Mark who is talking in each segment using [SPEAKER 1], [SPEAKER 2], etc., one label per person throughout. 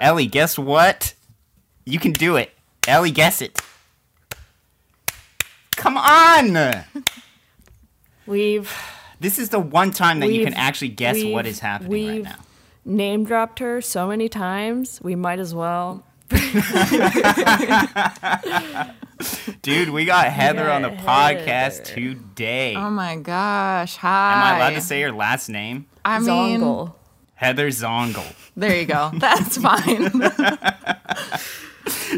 [SPEAKER 1] Ellie, guess what? You can do it. Ellie, guess it. Come on!
[SPEAKER 2] We've
[SPEAKER 1] This is the one time that you can
[SPEAKER 2] We've-
[SPEAKER 1] actually guess what
[SPEAKER 2] we've-
[SPEAKER 1] is happening right
[SPEAKER 2] we've-
[SPEAKER 1] now.
[SPEAKER 2] name dropped her so many times. We might as well.
[SPEAKER 1] Dude, we got Heather on the
[SPEAKER 2] got
[SPEAKER 1] podcast today.
[SPEAKER 3] Oh my gosh.
[SPEAKER 1] Am
[SPEAKER 3] Hi.
[SPEAKER 1] I allowed to say her last name?
[SPEAKER 3] I mean,
[SPEAKER 2] Zongle.
[SPEAKER 1] Heather Zongle.
[SPEAKER 3] there you go. That's fine.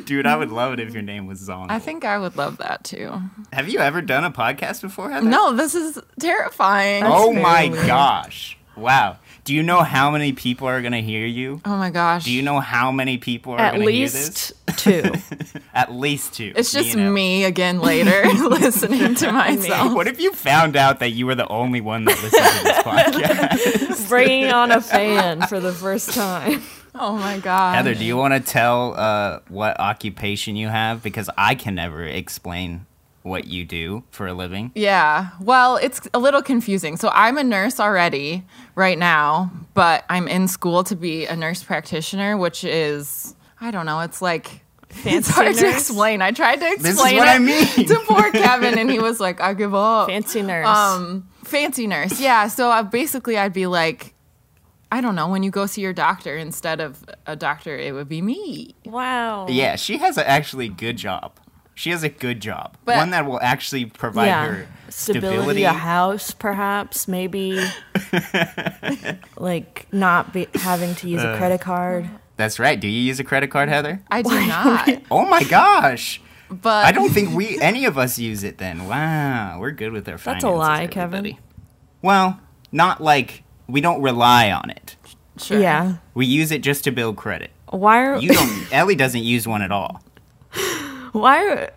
[SPEAKER 1] Dude, I would love it if your name was Zongle.
[SPEAKER 3] I think I would love that too.
[SPEAKER 1] Have you ever done a podcast before, Heather?
[SPEAKER 3] No, this is terrifying. Oh,
[SPEAKER 1] Oh my
[SPEAKER 2] very weird.
[SPEAKER 1] gosh. Wow. Do you know how many people are going to hear you?
[SPEAKER 3] Oh my gosh.
[SPEAKER 1] Do you know how many people are
[SPEAKER 2] At
[SPEAKER 1] going to hear this?
[SPEAKER 2] least two.
[SPEAKER 1] At least two.
[SPEAKER 3] it's
[SPEAKER 1] and
[SPEAKER 3] just
[SPEAKER 1] Ellie.
[SPEAKER 3] me again later listening to myself.
[SPEAKER 1] What if you found out that you were the only one that listened to this podcast?
[SPEAKER 2] Bringing on a fan for the first time.
[SPEAKER 3] Oh my god.
[SPEAKER 1] Heather, do you want to tell uh, what occupation you have? Because I can never explain what you do for a living.
[SPEAKER 3] Yeah. Well, it's a little confusing. So I'm a nurse already right now, but I'm in school to be a nurse practitioner, which is I don't know, it's like it's hard to
[SPEAKER 2] nurse?
[SPEAKER 3] explain. I tried to explain
[SPEAKER 1] is what
[SPEAKER 3] it
[SPEAKER 1] I mean.
[SPEAKER 3] to poor Kevin and he was like, I give up.
[SPEAKER 2] Fancy nurse.
[SPEAKER 3] Um, fancy nurse. Yeah. So uh, basically, I'd be like, I don't know, when you go see your doctor instead of a doctor, it would be me.
[SPEAKER 2] wow.
[SPEAKER 1] Yeah, she has a actually good job. She has a good job,
[SPEAKER 3] But-
[SPEAKER 1] one that will actually provide her
[SPEAKER 2] stability,
[SPEAKER 1] stability.
[SPEAKER 2] a house perhaps maybe like not be, having to
[SPEAKER 1] Uh,
[SPEAKER 2] use a credit card
[SPEAKER 1] That's right. Do you use a credit card, Heather?
[SPEAKER 3] I do not.
[SPEAKER 1] Oh my gosh!
[SPEAKER 3] But
[SPEAKER 1] I don't think we any of us use it. Then wow, we're good with our finances.
[SPEAKER 2] a lie, Kevin.
[SPEAKER 1] everybody. Well, not like we don't rely on it.
[SPEAKER 3] Sure.
[SPEAKER 2] yeah
[SPEAKER 1] We use it just to build credit.
[SPEAKER 2] why are
[SPEAKER 1] You don't. Ellie doesn't use one at all.
[SPEAKER 2] why are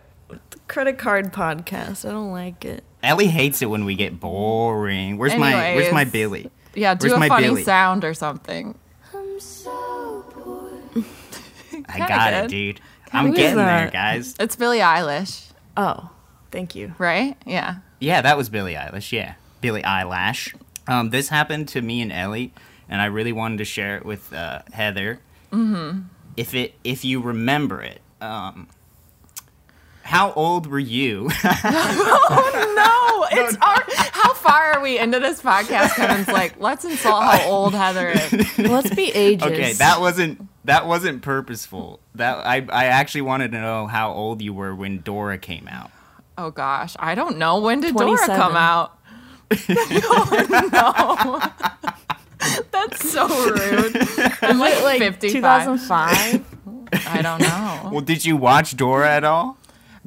[SPEAKER 2] credit card podcast i don't like it
[SPEAKER 1] Ellie hates it when we get boring. Where's my Where's my
[SPEAKER 3] Anyways.
[SPEAKER 1] Billy?
[SPEAKER 3] Yeah, do
[SPEAKER 1] Where's
[SPEAKER 3] a
[SPEAKER 1] my
[SPEAKER 3] funny
[SPEAKER 1] Billy?
[SPEAKER 3] sound or something.
[SPEAKER 1] I got it,
[SPEAKER 3] good.
[SPEAKER 1] dude. I'm
[SPEAKER 2] Who is
[SPEAKER 1] getting there,
[SPEAKER 2] that?
[SPEAKER 1] guys.
[SPEAKER 3] It's Billie Eilish,
[SPEAKER 2] oh thank you
[SPEAKER 3] right? Yeah.
[SPEAKER 1] Yeah, that was Billie Eilish. Yeah, Billie Eyelash. Um, this happened to me and Ellie, and I really wanted to share it with uh, Heather. Mm-hmm. If it, if you remember it, um, how old were you?
[SPEAKER 3] No, it's our. How far are we into this podcast? Kevin's like, let's insult how old Heather is.
[SPEAKER 2] let's be ages
[SPEAKER 1] okay, that wasn't that wasn't purposeful. That I I actually wanted to know how old you were when Dora came out.
[SPEAKER 3] Oh gosh, I don't know. When did Dora
[SPEAKER 2] 27.
[SPEAKER 3] come out? oh, no. That's so rude. I'm like,
[SPEAKER 2] like
[SPEAKER 3] 55.
[SPEAKER 2] 2005
[SPEAKER 3] I don't know.
[SPEAKER 1] Well, did you watch Dora at all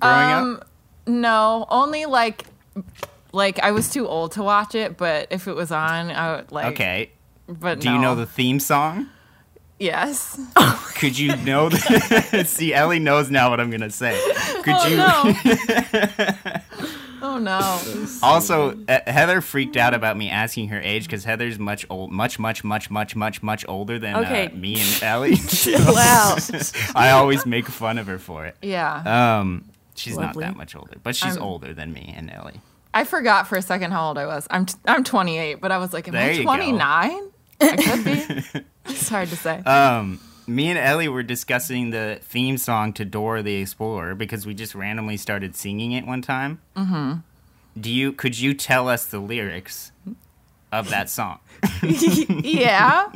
[SPEAKER 1] growing
[SPEAKER 3] Um,
[SPEAKER 1] up?
[SPEAKER 3] No, only like, like I was too old to watch it. But if it was on, I would like.
[SPEAKER 1] Okay.
[SPEAKER 3] But
[SPEAKER 1] Do you know
[SPEAKER 3] no.
[SPEAKER 1] the theme song?
[SPEAKER 3] Yes.
[SPEAKER 1] Could you know the See, Ellie knows now what I'm going to say. Could you
[SPEAKER 3] oh no.
[SPEAKER 1] Also, uh, Heather freaked out about me asking her age cuz Heather's much old much much much much much much older than
[SPEAKER 2] Okay.
[SPEAKER 1] uh, me and Ellie.
[SPEAKER 2] wow
[SPEAKER 1] I always make fun of her for it.
[SPEAKER 3] Yeah. Um,
[SPEAKER 1] Um she's
[SPEAKER 2] Lovely.
[SPEAKER 1] not that much older, but she's
[SPEAKER 3] I'm-
[SPEAKER 1] older than me and Ellie.
[SPEAKER 3] I forgot for a second how old I was. I'm t- I'm 28, but I was like, am
[SPEAKER 1] There you go.
[SPEAKER 3] I 29? I could be. It's hard to say.
[SPEAKER 1] Um me and Ellie were discussing the theme song to Dora the Explorer because we just randomly started singing it one time. Mhm.
[SPEAKER 3] Mm-hmm.
[SPEAKER 1] Do you could you tell us the lyrics of that song?
[SPEAKER 3] yeah.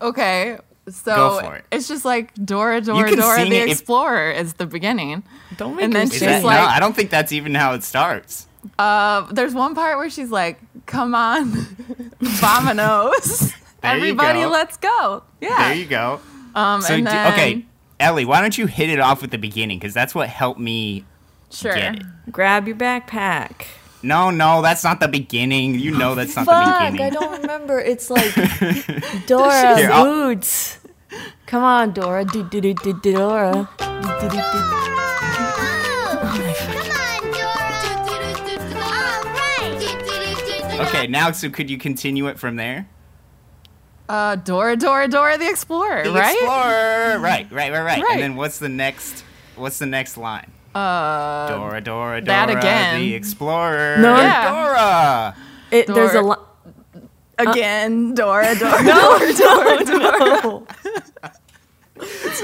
[SPEAKER 3] okay. So
[SPEAKER 1] Go for it.
[SPEAKER 3] it's just like Dora, Dora,
[SPEAKER 1] can
[SPEAKER 3] Dora
[SPEAKER 1] sing
[SPEAKER 3] the
[SPEAKER 1] it if-
[SPEAKER 3] Explorer is the beginning.
[SPEAKER 2] don't make
[SPEAKER 3] And then
[SPEAKER 2] her
[SPEAKER 3] she's
[SPEAKER 1] Is
[SPEAKER 2] say
[SPEAKER 1] that,
[SPEAKER 2] it.
[SPEAKER 3] like-
[SPEAKER 1] no, I don't think that's even how it starts.
[SPEAKER 3] Uh, there's one part where she's like, "Come on, Vominos,
[SPEAKER 1] There you
[SPEAKER 3] everybody,
[SPEAKER 1] go.
[SPEAKER 3] let's go!"
[SPEAKER 1] There
[SPEAKER 3] Yeah.
[SPEAKER 1] you go.
[SPEAKER 3] Um,
[SPEAKER 1] So
[SPEAKER 3] and
[SPEAKER 1] do-
[SPEAKER 3] then,
[SPEAKER 1] okay, Ellie, why don't you hit it off with the beginning? Because that's what helped me
[SPEAKER 3] sure.
[SPEAKER 1] get it.
[SPEAKER 2] grab your backpack
[SPEAKER 1] No, no, that's not the beginning. You know that's not the
[SPEAKER 2] Fuck, I
[SPEAKER 1] beginning.
[SPEAKER 2] don't remember. It's like Dora
[SPEAKER 1] Here, I'll-
[SPEAKER 2] Boots. Come on, Dora. Do, do, do, do, do, Dora. Do, do, do, do.
[SPEAKER 1] Okay, now so could you continue it from there?
[SPEAKER 3] Uh, Dora, Dora, Dora the Explorer,
[SPEAKER 1] The
[SPEAKER 3] right?
[SPEAKER 1] Explorer. Right, right, right, right,
[SPEAKER 3] Right.
[SPEAKER 1] And then what's the next? What's the next line?
[SPEAKER 3] Uh,
[SPEAKER 1] Dora, Dora, Dora,
[SPEAKER 3] that again.
[SPEAKER 1] the Explorer.
[SPEAKER 2] No.
[SPEAKER 3] Yeah.
[SPEAKER 1] Dora.
[SPEAKER 2] It, there's a
[SPEAKER 3] Dora.
[SPEAKER 2] lot.
[SPEAKER 3] again, Dora, Dora.
[SPEAKER 2] No, no, no.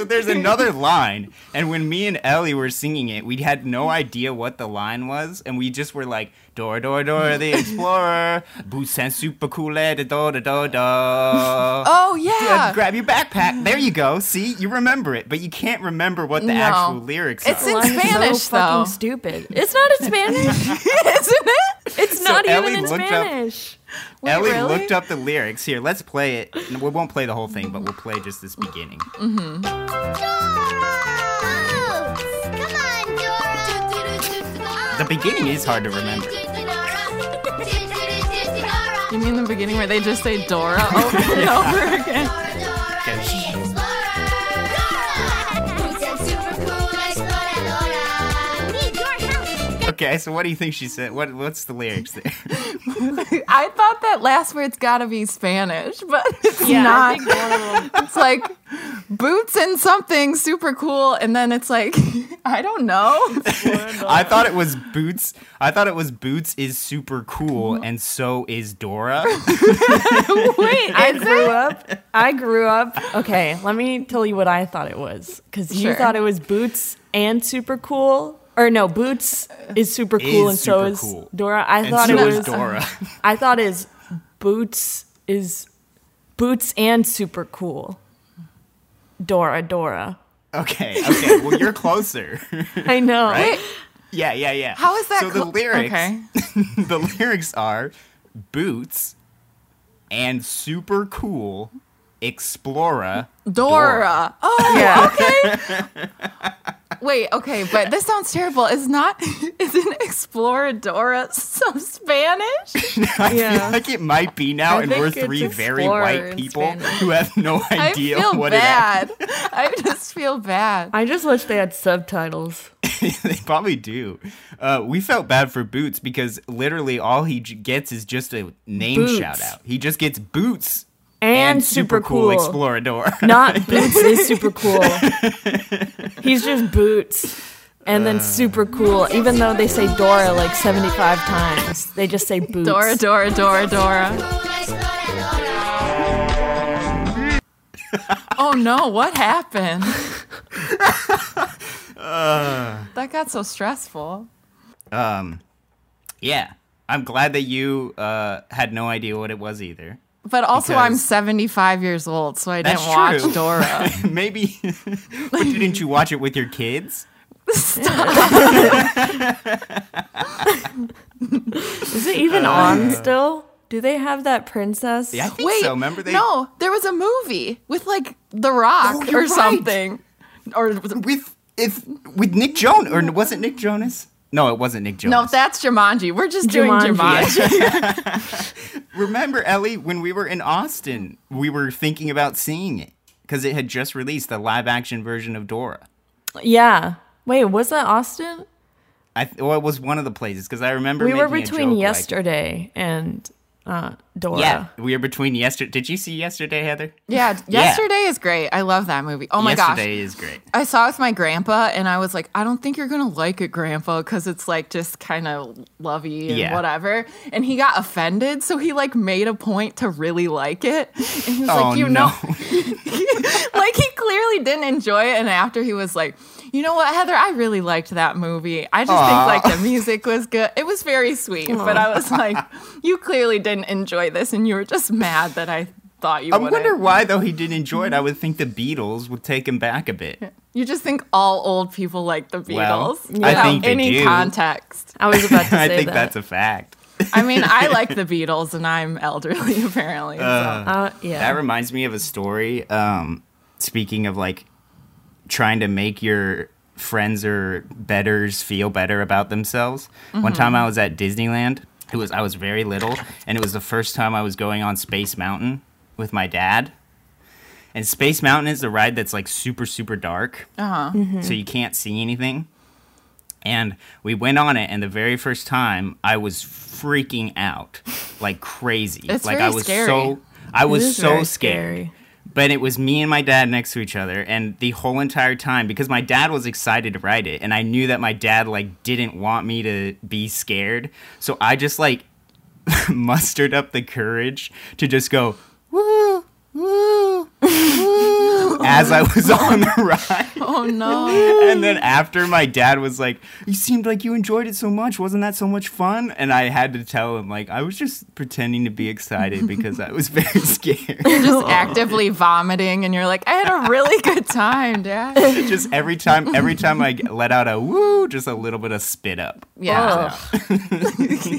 [SPEAKER 1] there's another line. And when me and Ellie were singing it, we had no idea what the line was, and we just were like, Dora, Dora, Dora the Explorer, Busan super cool, eh, da da da da.
[SPEAKER 3] Oh yeah.
[SPEAKER 1] Grab your backpack. There you go. See, you remember it, but you can't remember what the
[SPEAKER 3] No.
[SPEAKER 1] actual lyrics
[SPEAKER 3] It's
[SPEAKER 1] are.
[SPEAKER 3] in
[SPEAKER 2] Line's
[SPEAKER 3] Spanish,
[SPEAKER 2] so fucking
[SPEAKER 3] though.
[SPEAKER 2] stupid. It's not in Spanish.
[SPEAKER 3] Isn't it?
[SPEAKER 2] It's not even
[SPEAKER 1] Ellie
[SPEAKER 2] in
[SPEAKER 1] looked up-
[SPEAKER 2] Spanish.
[SPEAKER 3] Wait,
[SPEAKER 1] Ellie
[SPEAKER 3] really?
[SPEAKER 1] looked up the lyrics. Here, let's play it. No, We won't play the whole thing, but we'll play just this beginning.
[SPEAKER 4] The beginning is hard to remember.
[SPEAKER 3] You mean the beginning where they just say Dora over and over again?
[SPEAKER 1] Okay, so what do you think she said? What What's the lyrics there?
[SPEAKER 3] I thought that last word's got to be Spanish, but it's not. it's like boots and something super cool, and then it's like I don't know.
[SPEAKER 1] I thought it was Boots. I thought it was Boots is super cool, and so is Dora.
[SPEAKER 2] Wait, I grew up. I grew up. Okay, let me tell you what I thought it was. Because you
[SPEAKER 3] Sure.
[SPEAKER 2] thought it was boots and super cool. Or no, boots is super
[SPEAKER 1] Is
[SPEAKER 2] cool and so
[SPEAKER 1] super
[SPEAKER 2] is
[SPEAKER 1] cool.
[SPEAKER 2] Dora. I
[SPEAKER 1] And
[SPEAKER 2] thought
[SPEAKER 1] so
[SPEAKER 2] it
[SPEAKER 1] is
[SPEAKER 2] was.
[SPEAKER 1] Dora.
[SPEAKER 2] I thought is boots is boots and super cool. Dora, Dora.
[SPEAKER 1] Okay, okay. Well, you're closer.
[SPEAKER 2] I know.
[SPEAKER 1] Right? yeah, yeah, yeah.
[SPEAKER 3] How is that?
[SPEAKER 1] So the
[SPEAKER 3] cl-
[SPEAKER 1] lyrics.
[SPEAKER 3] Okay.
[SPEAKER 1] the lyrics are Boots and super cool Explorer.
[SPEAKER 3] Dora. Oh,
[SPEAKER 2] Yeah.
[SPEAKER 3] okay. Wait, okay, but this sounds terrible. Is not isn't Exploradora some Spanish?
[SPEAKER 1] I
[SPEAKER 2] Yeah.
[SPEAKER 1] feel like it might be now,
[SPEAKER 2] I
[SPEAKER 1] and we're
[SPEAKER 2] think it's
[SPEAKER 1] three very
[SPEAKER 2] Explorer
[SPEAKER 1] white
[SPEAKER 2] in
[SPEAKER 1] people
[SPEAKER 2] Spanish.
[SPEAKER 1] who have no
[SPEAKER 3] I
[SPEAKER 1] idea
[SPEAKER 3] feel
[SPEAKER 1] what
[SPEAKER 3] bad. I just feel bad.
[SPEAKER 2] I just wish they had subtitles.
[SPEAKER 1] it is. they probably do. Uh, we felt bad for Boots because literally all he j- gets is just a name
[SPEAKER 2] Boots.
[SPEAKER 1] shout out. He just gets Boots
[SPEAKER 2] And,
[SPEAKER 1] super, cool, Explorador.
[SPEAKER 2] Not boots is super cool. He's just boots. And
[SPEAKER 1] Uh.
[SPEAKER 2] then super cool, even though they say Dora like 75 times, they just say boots.
[SPEAKER 3] Dora, Dora, Dora, Dora. Oh no, what happened?
[SPEAKER 1] Uh.
[SPEAKER 3] that got so stressful.
[SPEAKER 1] yeah, I'm glad that you uh, had no idea what it was either.
[SPEAKER 3] But also, I'm
[SPEAKER 1] Because-
[SPEAKER 3] 75 years old, so I didn't
[SPEAKER 1] That's
[SPEAKER 3] watch
[SPEAKER 1] true.
[SPEAKER 3] Dora.
[SPEAKER 1] Maybe, but didn't you watch it with your kids?
[SPEAKER 2] Is it even on still? Uh, Do they have that princess?
[SPEAKER 1] Yeah, I think
[SPEAKER 3] Wait,
[SPEAKER 1] so. Remember they
[SPEAKER 3] no, there was a movie with like The Rock
[SPEAKER 1] Oh,
[SPEAKER 3] or
[SPEAKER 1] you're right.
[SPEAKER 3] something. Or
[SPEAKER 1] with if with Nick Jonas or was it Nick Jonas? No, it wasn't Nick Jonas.
[SPEAKER 3] no, that's Jumanji. We're just doing
[SPEAKER 2] Jumanji.
[SPEAKER 3] Jumanji.
[SPEAKER 1] Remember, Ellie, when we were in Austin, we were thinking about seeing it because it had just released the live action version of Dora.
[SPEAKER 2] Yeah. Wait, was that Austin?
[SPEAKER 1] I th- well, it was one of the places because I remember
[SPEAKER 2] We were
[SPEAKER 1] making a
[SPEAKER 2] between
[SPEAKER 1] joke, like-
[SPEAKER 2] yesterday and uh, Dora.
[SPEAKER 1] yeah, we were between yesterday. Did you see yesterday, Heather?
[SPEAKER 3] Yeah, yesterday is great. I love that movie. Oh my
[SPEAKER 1] yesterday
[SPEAKER 3] gosh.
[SPEAKER 1] is great.
[SPEAKER 3] I saw it with my grandpa and I was like, I don't think you're going to like it, grandpa, because it's like just kind of lovey and
[SPEAKER 1] Yeah.
[SPEAKER 3] whatever. And he got offended. So he like made a point to really like it. And he was
[SPEAKER 1] Oh,
[SPEAKER 3] like, You
[SPEAKER 1] no.
[SPEAKER 3] know, like he clearly didn't enjoy it. And after he was like, You know what, Heather, I really liked that movie. I just
[SPEAKER 1] Aw.
[SPEAKER 3] think like the music was good. It was very sweet. But I was like, You clearly didn't enjoy this. And you were just mad that I thought you
[SPEAKER 1] I
[SPEAKER 3] would.
[SPEAKER 1] wonder why though he didn't enjoy it. I would think the Beatles would take him back a bit.
[SPEAKER 3] You just think all old people like the
[SPEAKER 1] Well,
[SPEAKER 3] Beatles
[SPEAKER 1] I
[SPEAKER 3] without
[SPEAKER 1] think they
[SPEAKER 3] any
[SPEAKER 1] do.
[SPEAKER 3] context.
[SPEAKER 2] I was about to say
[SPEAKER 1] I think
[SPEAKER 2] that.
[SPEAKER 1] that's a fact.
[SPEAKER 3] I mean, I like the Beatles, and I'm elderly apparently. so.
[SPEAKER 2] uh, yeah.
[SPEAKER 1] That reminds me of a story. Um, speaking of like trying to make your friends or betters feel better about themselves. One time
[SPEAKER 3] Mm-hmm.
[SPEAKER 1] I was at Disneyland. It was I was very little, and it was the first time I was going on Space Mountain with my dad. And Space Mountain is the ride that's like super super dark,
[SPEAKER 3] Uh-huh.
[SPEAKER 1] so you can't see anything. And we went on it, and the very first time I was freaking out like crazy.
[SPEAKER 3] It's
[SPEAKER 1] like I
[SPEAKER 3] very
[SPEAKER 1] was
[SPEAKER 3] scary.
[SPEAKER 1] so I
[SPEAKER 2] It
[SPEAKER 1] was
[SPEAKER 2] is
[SPEAKER 1] so
[SPEAKER 2] very
[SPEAKER 1] scared. But it was me and my dad next to each other, and the whole entire time, because my dad was excited to ride it, and I knew that my dad like didn't want me to be scared, so I just like mustered up the courage to just go woo woo woo as as I was on the ride.
[SPEAKER 3] Oh no.
[SPEAKER 1] And then after, my dad was like, "You seemed like you enjoyed it so much. Wasn't that so much fun?" And I had to tell him like I was just pretending to be excited because I was very scared.
[SPEAKER 3] Just actively vomiting, and you're like, I had a really good time, Dad.
[SPEAKER 1] just every time, every time I g- let out a woo, just a little bit of spit up.
[SPEAKER 3] Yeah.
[SPEAKER 2] Oh, Did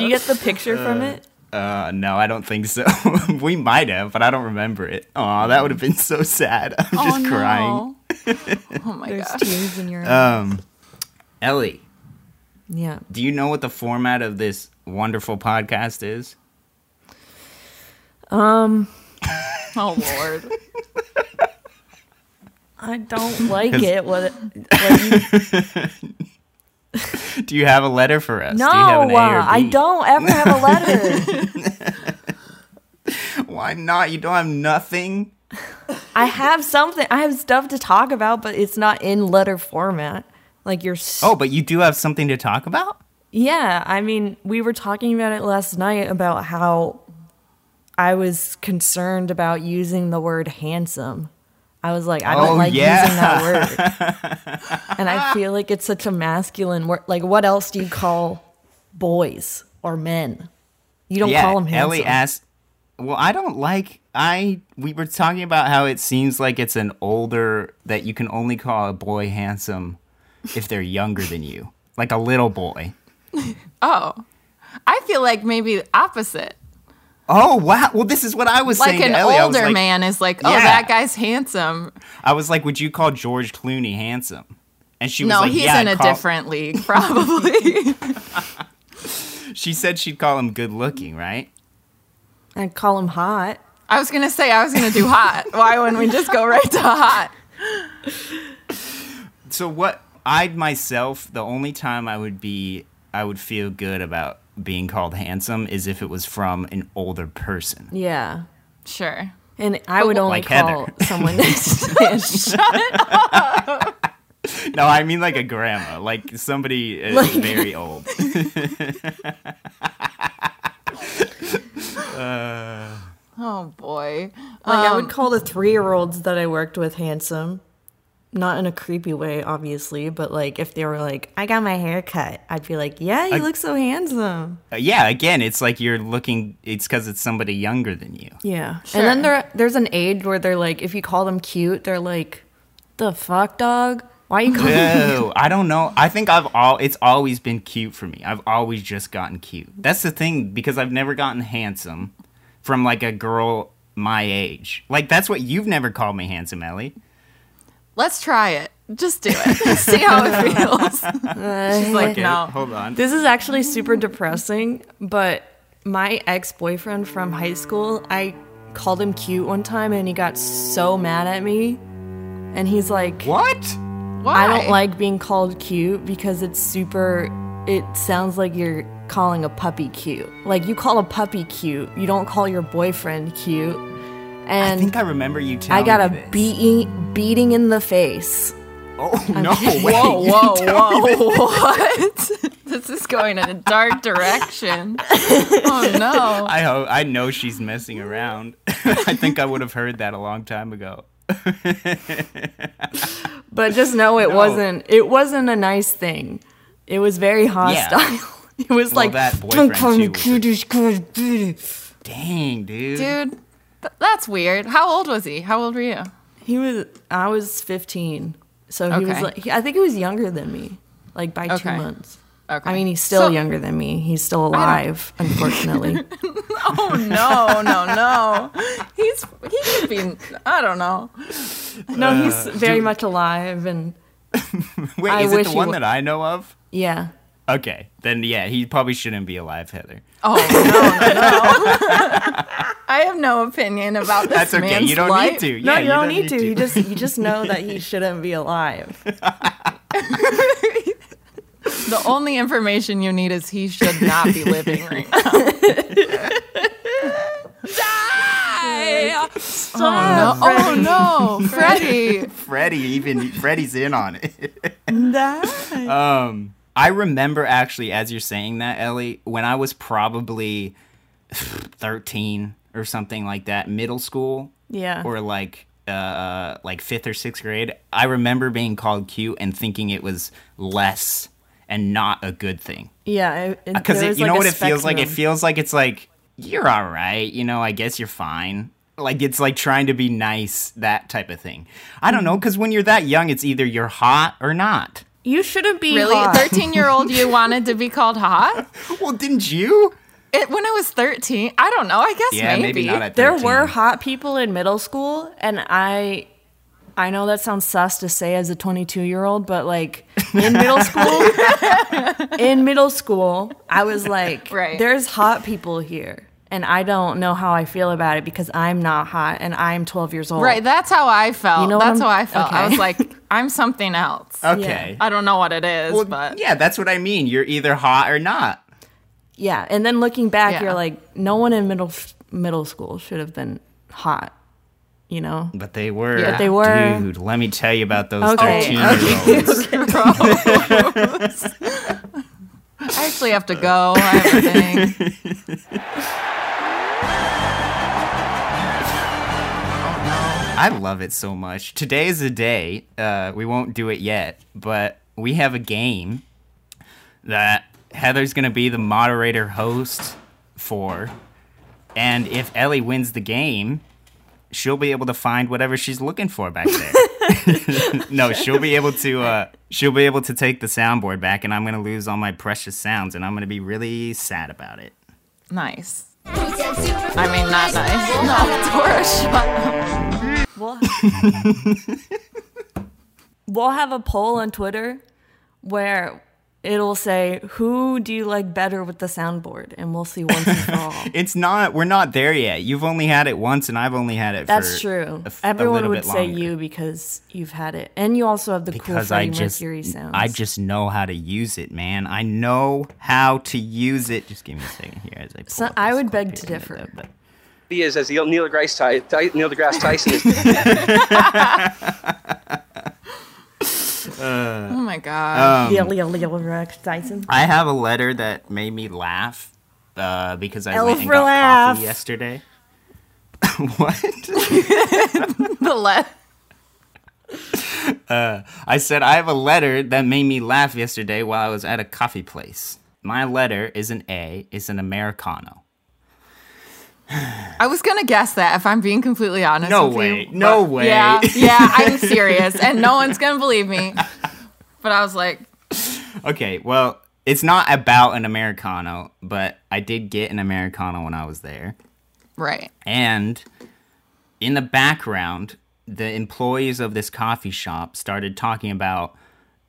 [SPEAKER 2] you get the picture from it?
[SPEAKER 1] Uh, no, I don't think so. we might have, but I don't remember it. Aw, that would have been so sad. I'm just crying.
[SPEAKER 3] Oh my
[SPEAKER 2] There's
[SPEAKER 3] gosh.
[SPEAKER 2] tears in your eyes.
[SPEAKER 1] Um, Ellie,
[SPEAKER 2] yeah.
[SPEAKER 1] do you know what the format of this wonderful podcast is?
[SPEAKER 3] Oh Lord.
[SPEAKER 2] I don't like
[SPEAKER 1] 'Cause-
[SPEAKER 2] it. What? what you-
[SPEAKER 1] Do you have a letter for us?
[SPEAKER 2] no,
[SPEAKER 1] do you have an A or
[SPEAKER 2] uh, I
[SPEAKER 1] B?
[SPEAKER 2] don't ever have a letter.
[SPEAKER 1] Why not? You don't have nothing.
[SPEAKER 2] I have something. I have stuff to talk about, but it's not in letter format. Like you're. s-
[SPEAKER 1] Oh, but you do have something to talk about.
[SPEAKER 2] Yeah, I mean, we were talking about it last night about how I was concerned about using the word handsome. I was like, I don't
[SPEAKER 1] Oh,
[SPEAKER 2] like
[SPEAKER 1] yeah.
[SPEAKER 2] using that word. and I feel like it's such a masculine word. Like, what else do you call boys or men? You don't call them handsome.
[SPEAKER 1] Ellie asked. Well, I don't like. I we were talking about how it seems like it's an older that you can only call a boy handsome if they're younger than you, like a little boy.
[SPEAKER 3] Oh. I feel like maybe the opposite.
[SPEAKER 1] Oh wow! Well, this is what I was
[SPEAKER 3] Like
[SPEAKER 1] saying.
[SPEAKER 3] an
[SPEAKER 1] to Ellie. I was
[SPEAKER 3] older
[SPEAKER 1] like-
[SPEAKER 3] man is like, oh,
[SPEAKER 1] Yeah.
[SPEAKER 3] that guy's handsome.
[SPEAKER 1] I was like, "Would you call George Clooney handsome?" And she was
[SPEAKER 3] No,
[SPEAKER 1] like,
[SPEAKER 3] he's
[SPEAKER 1] "Yeah."
[SPEAKER 3] in
[SPEAKER 1] I'd
[SPEAKER 3] a
[SPEAKER 1] call-"
[SPEAKER 3] different league, probably.
[SPEAKER 1] She said she'd call him good looking, right?
[SPEAKER 2] I call him hot.
[SPEAKER 3] I was gonna say I was gonna do hot. Why wouldn't we just go right to hot?
[SPEAKER 1] So what? I myself, the only time I would be, I would feel good about being called handsome is if it was from an older person.
[SPEAKER 2] Yeah.
[SPEAKER 3] Sure.
[SPEAKER 2] And I would only
[SPEAKER 1] Like
[SPEAKER 2] call
[SPEAKER 1] Heather.
[SPEAKER 2] someone.
[SPEAKER 1] No, I mean like a grandma, like somebody uh,
[SPEAKER 2] Like-
[SPEAKER 1] very old.
[SPEAKER 3] Oh boy.
[SPEAKER 2] Like I would call the three year olds that I worked with handsome. Not in a creepy way, obviously, but like if they were like, I got my hair cut, I'd be like, Yeah, you look so handsome.
[SPEAKER 1] Uh, yeah, again, it's like you're looking. It's because it's somebody younger than you.
[SPEAKER 2] Yeah.
[SPEAKER 3] Sure.
[SPEAKER 2] And then there there's an age where they're like, if you call them cute, they're like, The fuck dog? Why you call
[SPEAKER 1] No, Oh, I don't know. I think I've all it's always been cute for me. I've always just gotten cute. That's the thing because I've never gotten handsome from like a girl my age. Like that's what you've never called me handsome, Ellie.
[SPEAKER 3] Let's try it. Just do it. See how it feels. She's like,
[SPEAKER 1] Okay,
[SPEAKER 3] no.
[SPEAKER 1] hold on.
[SPEAKER 2] This is actually super depressing, but my ex boyfriend from high school, I called him cute one time and he got so mad at me. And he's like
[SPEAKER 1] What?
[SPEAKER 3] Why?
[SPEAKER 2] I don't like being called cute because it's super. It sounds like you're calling a puppy cute. Like you call a puppy cute, you don't call your boyfriend cute.
[SPEAKER 1] I think
[SPEAKER 2] And
[SPEAKER 1] I remember you
[SPEAKER 2] I,
[SPEAKER 1] telling
[SPEAKER 2] got
[SPEAKER 1] me
[SPEAKER 2] a
[SPEAKER 1] this.
[SPEAKER 2] beating, beating in the face.
[SPEAKER 1] Oh no! Wait.
[SPEAKER 3] Whoa, whoa, whoa. What? this is going in a dark direction. Oh no.
[SPEAKER 1] I ho- I know she's messing around. I think I would have heard that a long time ago.
[SPEAKER 2] But just know it
[SPEAKER 1] No.
[SPEAKER 2] wasn't. It wasn't a nice thing. It was very hostile. It was
[SPEAKER 1] Well,
[SPEAKER 2] like
[SPEAKER 1] that
[SPEAKER 2] "Don't
[SPEAKER 1] boyfriend,
[SPEAKER 2] call me
[SPEAKER 1] too, was
[SPEAKER 2] cute, just call me cute."
[SPEAKER 1] Dang, dude.
[SPEAKER 3] Dude, th- that's weird. How old was he? How old were you?
[SPEAKER 2] He was. I was 15, so he was
[SPEAKER 3] Okay.
[SPEAKER 2] like. He, I think he was younger than me, like by two
[SPEAKER 3] Okay.
[SPEAKER 2] months.
[SPEAKER 3] Okay.
[SPEAKER 2] I mean, he's still
[SPEAKER 3] So-
[SPEAKER 2] younger than me. He's still alive, unfortunately.
[SPEAKER 3] Oh no, no, no. He's he could be I don't know.
[SPEAKER 2] no, he's very much alive, and
[SPEAKER 1] Wait,
[SPEAKER 2] I
[SPEAKER 1] is it
[SPEAKER 2] wish
[SPEAKER 1] the
[SPEAKER 2] you
[SPEAKER 1] one
[SPEAKER 2] wa-
[SPEAKER 1] that I know of?
[SPEAKER 2] yeah.
[SPEAKER 1] Okay, then yeah, he probably shouldn't be alive, Heather.
[SPEAKER 3] Oh no, no, no. I have no opinion about this.
[SPEAKER 1] That's okay.
[SPEAKER 3] man's
[SPEAKER 1] You don't
[SPEAKER 3] life.
[SPEAKER 1] need to.
[SPEAKER 2] No,
[SPEAKER 1] Yeah,
[SPEAKER 2] you, don't need to. You just you just know that he shouldn't be alive.
[SPEAKER 3] The only information you need is he should not be living right now. Die!
[SPEAKER 2] Stop,
[SPEAKER 3] Oh no, Freddie.
[SPEAKER 1] Freddy even Freddy's in on it.
[SPEAKER 2] Freddy.
[SPEAKER 1] Um, I remember actually as you're saying that, Ellie, when I was probably 13 or something like that, middle school
[SPEAKER 2] Yeah.
[SPEAKER 1] or like uh, like fifth or sixth grade, I remember being called cute and thinking it was less and not a good thing.
[SPEAKER 2] Yeah,
[SPEAKER 1] Because you know what it feels like? It feels like it's like, you're all right. You know, I guess you're fine. Like it's like trying to be nice, that type of thing. I don't know. Because when you're that young, it's either you're hot or not.
[SPEAKER 2] you shouldn't be
[SPEAKER 3] Really,
[SPEAKER 2] hot.
[SPEAKER 3] thirteen-year-old you wanted to be called hot?
[SPEAKER 1] Well, didn't you?
[SPEAKER 3] It, when I was thirteen, I don't know. I guess
[SPEAKER 1] Yeah, maybe, not at
[SPEAKER 2] There
[SPEAKER 1] 13.
[SPEAKER 2] were hot people in middle school, and I, I know that sounds sus to say as a 22 year old, but like in middle school, in middle school, I was like,
[SPEAKER 3] Right.
[SPEAKER 2] there's hot people here, and I don't know how I feel about it because I'm not hot and I'm 12 years old.
[SPEAKER 3] right. That's how I felt.
[SPEAKER 2] You know what
[SPEAKER 3] that's
[SPEAKER 2] I'm-
[SPEAKER 3] how I felt. I
[SPEAKER 2] okay.
[SPEAKER 3] was like, I'm something else.
[SPEAKER 1] Okay.
[SPEAKER 3] I don't know what it is,
[SPEAKER 1] Uh, Well,
[SPEAKER 3] but
[SPEAKER 1] yeah, that's what I mean. You're either hot or not.
[SPEAKER 2] Yeah, and then looking back,
[SPEAKER 3] Yeah.
[SPEAKER 2] you're like, no one in middle middle school should have been hot, you know?
[SPEAKER 1] But they were.
[SPEAKER 3] Yeah. But
[SPEAKER 2] they were.
[SPEAKER 1] Dude, let me tell you about those
[SPEAKER 2] Okay.
[SPEAKER 1] 13 year olds.
[SPEAKER 3] I actually have to go. I have a thing.
[SPEAKER 1] I love it so much. Today is the day. Uh, we won't do it yet, but we have a game that Heather's going to be the moderator host for. And if Ellie wins the game, she'll be able to find whatever she's looking for back there. no, she'll be able to uh, she'll be able to take the soundboard back and I'm going to lose all my precious sounds and I'm going to be really sad about it.
[SPEAKER 3] nice. I mean, not nice. No, Dora, shut up.
[SPEAKER 2] We'll we'll have a poll on Twitter where it'll say who do you like better with the soundboard, and we'll see once and for all.
[SPEAKER 1] It's not. We're not there yet. You've only had it once, and I've only had it.
[SPEAKER 2] That's
[SPEAKER 1] for
[SPEAKER 2] true.
[SPEAKER 1] a f- a
[SPEAKER 2] Everyone
[SPEAKER 1] little
[SPEAKER 2] would
[SPEAKER 1] bit
[SPEAKER 2] say
[SPEAKER 1] longer.
[SPEAKER 2] you because you've had it, and you also have the cool
[SPEAKER 1] because I
[SPEAKER 2] Freddie
[SPEAKER 1] just
[SPEAKER 2] Mercury sounds.
[SPEAKER 1] I just know how to use it, man. I know how to use it. Just give me a second here as I. Pull
[SPEAKER 2] So-
[SPEAKER 1] up
[SPEAKER 2] I
[SPEAKER 1] this
[SPEAKER 2] would
[SPEAKER 1] clip
[SPEAKER 2] beg to
[SPEAKER 1] here.
[SPEAKER 2] differ.
[SPEAKER 1] But-
[SPEAKER 4] he is as Neil deGrasse, Ty- Ty- Neil deGrasse Tyson is.
[SPEAKER 3] Oh my
[SPEAKER 1] Uh,
[SPEAKER 3] god.
[SPEAKER 2] yeah, yeah, yeah, Rex Dyson.
[SPEAKER 1] I have a letter that made me laugh uh, because I
[SPEAKER 2] L
[SPEAKER 1] went and
[SPEAKER 2] for
[SPEAKER 1] got
[SPEAKER 2] laugh.
[SPEAKER 1] coffee yesterday. what?
[SPEAKER 3] the left.
[SPEAKER 1] I said I have a letter that made me laugh yesterday while I was at a coffee place. My letter is an A. It's an Americano.
[SPEAKER 3] I was gonna guess that if I'm being completely honest.
[SPEAKER 1] No
[SPEAKER 3] with
[SPEAKER 1] way.
[SPEAKER 3] you,
[SPEAKER 1] No
[SPEAKER 3] but-
[SPEAKER 1] way.
[SPEAKER 3] Yeah, yeah, I'm serious, and no one's gonna believe me. But I was like,
[SPEAKER 1] Okay, well, it's not about an Americano, but I did get an Americano when I was there.
[SPEAKER 3] right.
[SPEAKER 1] And in the background, the employees of this coffee shop started talking about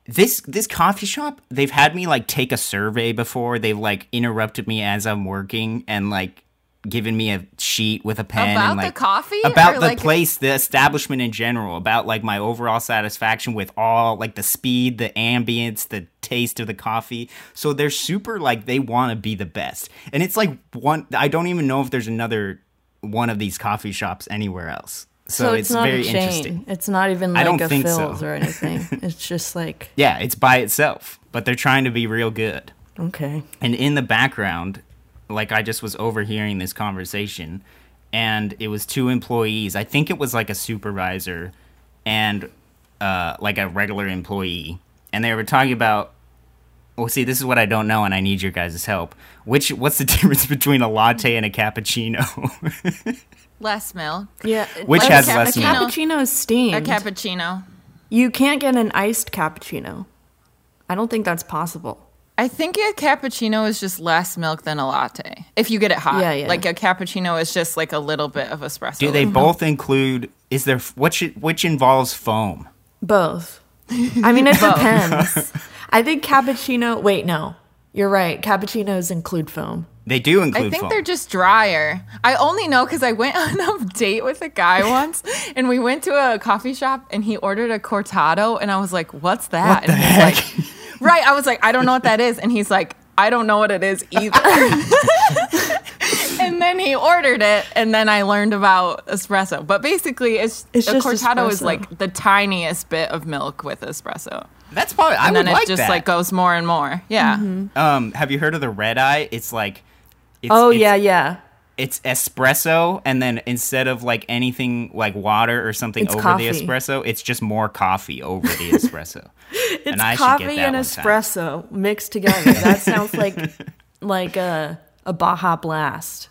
[SPEAKER 1] this this coffee shop, they've had me like take a survey before. They've like interrupted me as I'm working and like given me a sheet with a pen and,
[SPEAKER 3] About the
[SPEAKER 1] like,
[SPEAKER 3] coffee
[SPEAKER 1] about
[SPEAKER 3] or,
[SPEAKER 1] the
[SPEAKER 3] like-
[SPEAKER 1] place, the establishment in general, about like my overall satisfaction with all like the speed, the ambience, the taste of the coffee. So they're super like they want to be the best. And it's like one I don't even know if there's another one of these coffee shops anywhere else. So,
[SPEAKER 2] So
[SPEAKER 1] it's,
[SPEAKER 2] it's, not
[SPEAKER 1] very
[SPEAKER 2] a chain.
[SPEAKER 1] interesting.
[SPEAKER 2] It's not even like
[SPEAKER 1] I don't
[SPEAKER 2] a
[SPEAKER 1] think so.
[SPEAKER 2] Phil's or anything. it's just like
[SPEAKER 1] Yeah, it's by itself, but they're trying to be real good.
[SPEAKER 2] okay.
[SPEAKER 1] And in the background, like I just was overhearing this conversation, and it was two employees. I think it was like a supervisor and uh, like a regular employee. And they were talking about, well, see, this is what I don't know, and I need your guys' help. Which, what's the difference between a latte and a cappuccino?
[SPEAKER 3] Less milk.
[SPEAKER 2] Yeah.
[SPEAKER 1] Which
[SPEAKER 3] Like
[SPEAKER 1] has
[SPEAKER 3] a
[SPEAKER 1] less
[SPEAKER 3] cappuccino.
[SPEAKER 1] milk?
[SPEAKER 2] Cappuccino is steamed.
[SPEAKER 3] A cappuccino.
[SPEAKER 2] You can't get an iced cappuccino. I don't think that's possible.
[SPEAKER 3] I think a cappuccino is just less milk than a latte. If you get it hot,
[SPEAKER 2] Yeah, yeah.
[SPEAKER 3] Like a cappuccino is just like a little bit of espresso.
[SPEAKER 1] Do they both include? Is there what should, which involves foam?
[SPEAKER 2] Both. I mean, it depends. I think cappuccino. Wait, no. You're right. Cappuccinos include foam.
[SPEAKER 1] They do include
[SPEAKER 3] I think
[SPEAKER 1] foam.
[SPEAKER 3] they're just drier. I only know because I went on a date with a guy once, and we went to a coffee shop, and he ordered a cortado, and I was like, "What's that?" and he's like, "Right." I was like, "I don't know what that is," and he's like, "I don't know what it is either." and then he ordered it, and then I learned about espresso. But basically, it's,
[SPEAKER 2] It's
[SPEAKER 3] a
[SPEAKER 2] just
[SPEAKER 3] cortado is
[SPEAKER 2] espresso.
[SPEAKER 3] like the tiniest bit of milk with espresso,
[SPEAKER 1] That's probably. I
[SPEAKER 3] and
[SPEAKER 1] would
[SPEAKER 3] then it
[SPEAKER 1] like
[SPEAKER 3] just
[SPEAKER 1] that. Mm-hmm.
[SPEAKER 3] like goes more and more. Yeah.
[SPEAKER 1] Um, have you heard of the red eye? It's like, it's,
[SPEAKER 2] Oh
[SPEAKER 1] it's-
[SPEAKER 2] yeah, yeah.
[SPEAKER 1] it's espresso, and then instead of like anything like water or something
[SPEAKER 2] It's
[SPEAKER 1] over the
[SPEAKER 2] coffee.
[SPEAKER 1] espresso, it's just more coffee over the espresso.
[SPEAKER 2] It's
[SPEAKER 1] And I should get
[SPEAKER 2] coffee
[SPEAKER 1] that
[SPEAKER 2] and
[SPEAKER 1] one time.
[SPEAKER 2] espresso mixed together. That sounds like like a a Baja Blast.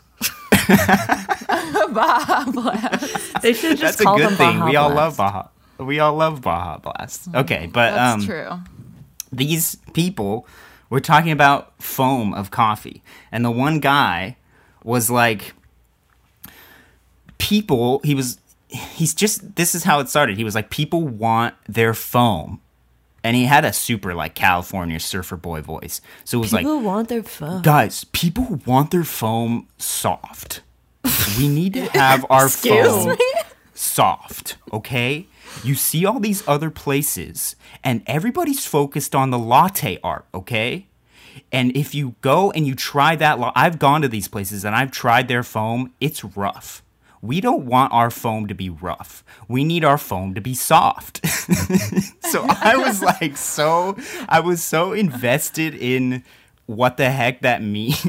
[SPEAKER 3] Baja Blast.
[SPEAKER 2] They should just
[SPEAKER 1] That's a
[SPEAKER 2] call
[SPEAKER 1] good
[SPEAKER 2] them
[SPEAKER 1] thing.
[SPEAKER 2] Baja
[SPEAKER 1] we all love
[SPEAKER 2] Blast. Oh,
[SPEAKER 1] Baja. We all love Baja Blast. Okay, but um,
[SPEAKER 3] That's true.
[SPEAKER 1] these people were talking about foam of coffee. And the one guy was like, people, he was, he's just, this is how it started. He was like, people want their foam. And he had a super like California surfer boy voice. So it was like,
[SPEAKER 2] People want their phone.
[SPEAKER 1] guys, people want their foam soft. We need to have our foam soft, okay? You see all these other places, and everybody's focused on the latte art, okay? And if you go and you try that, la- I've gone to these places and I've tried their foam, it's rough. We don't want our foam to be rough. We need our foam to be soft. so I was like, so, I was so invested in what the heck that means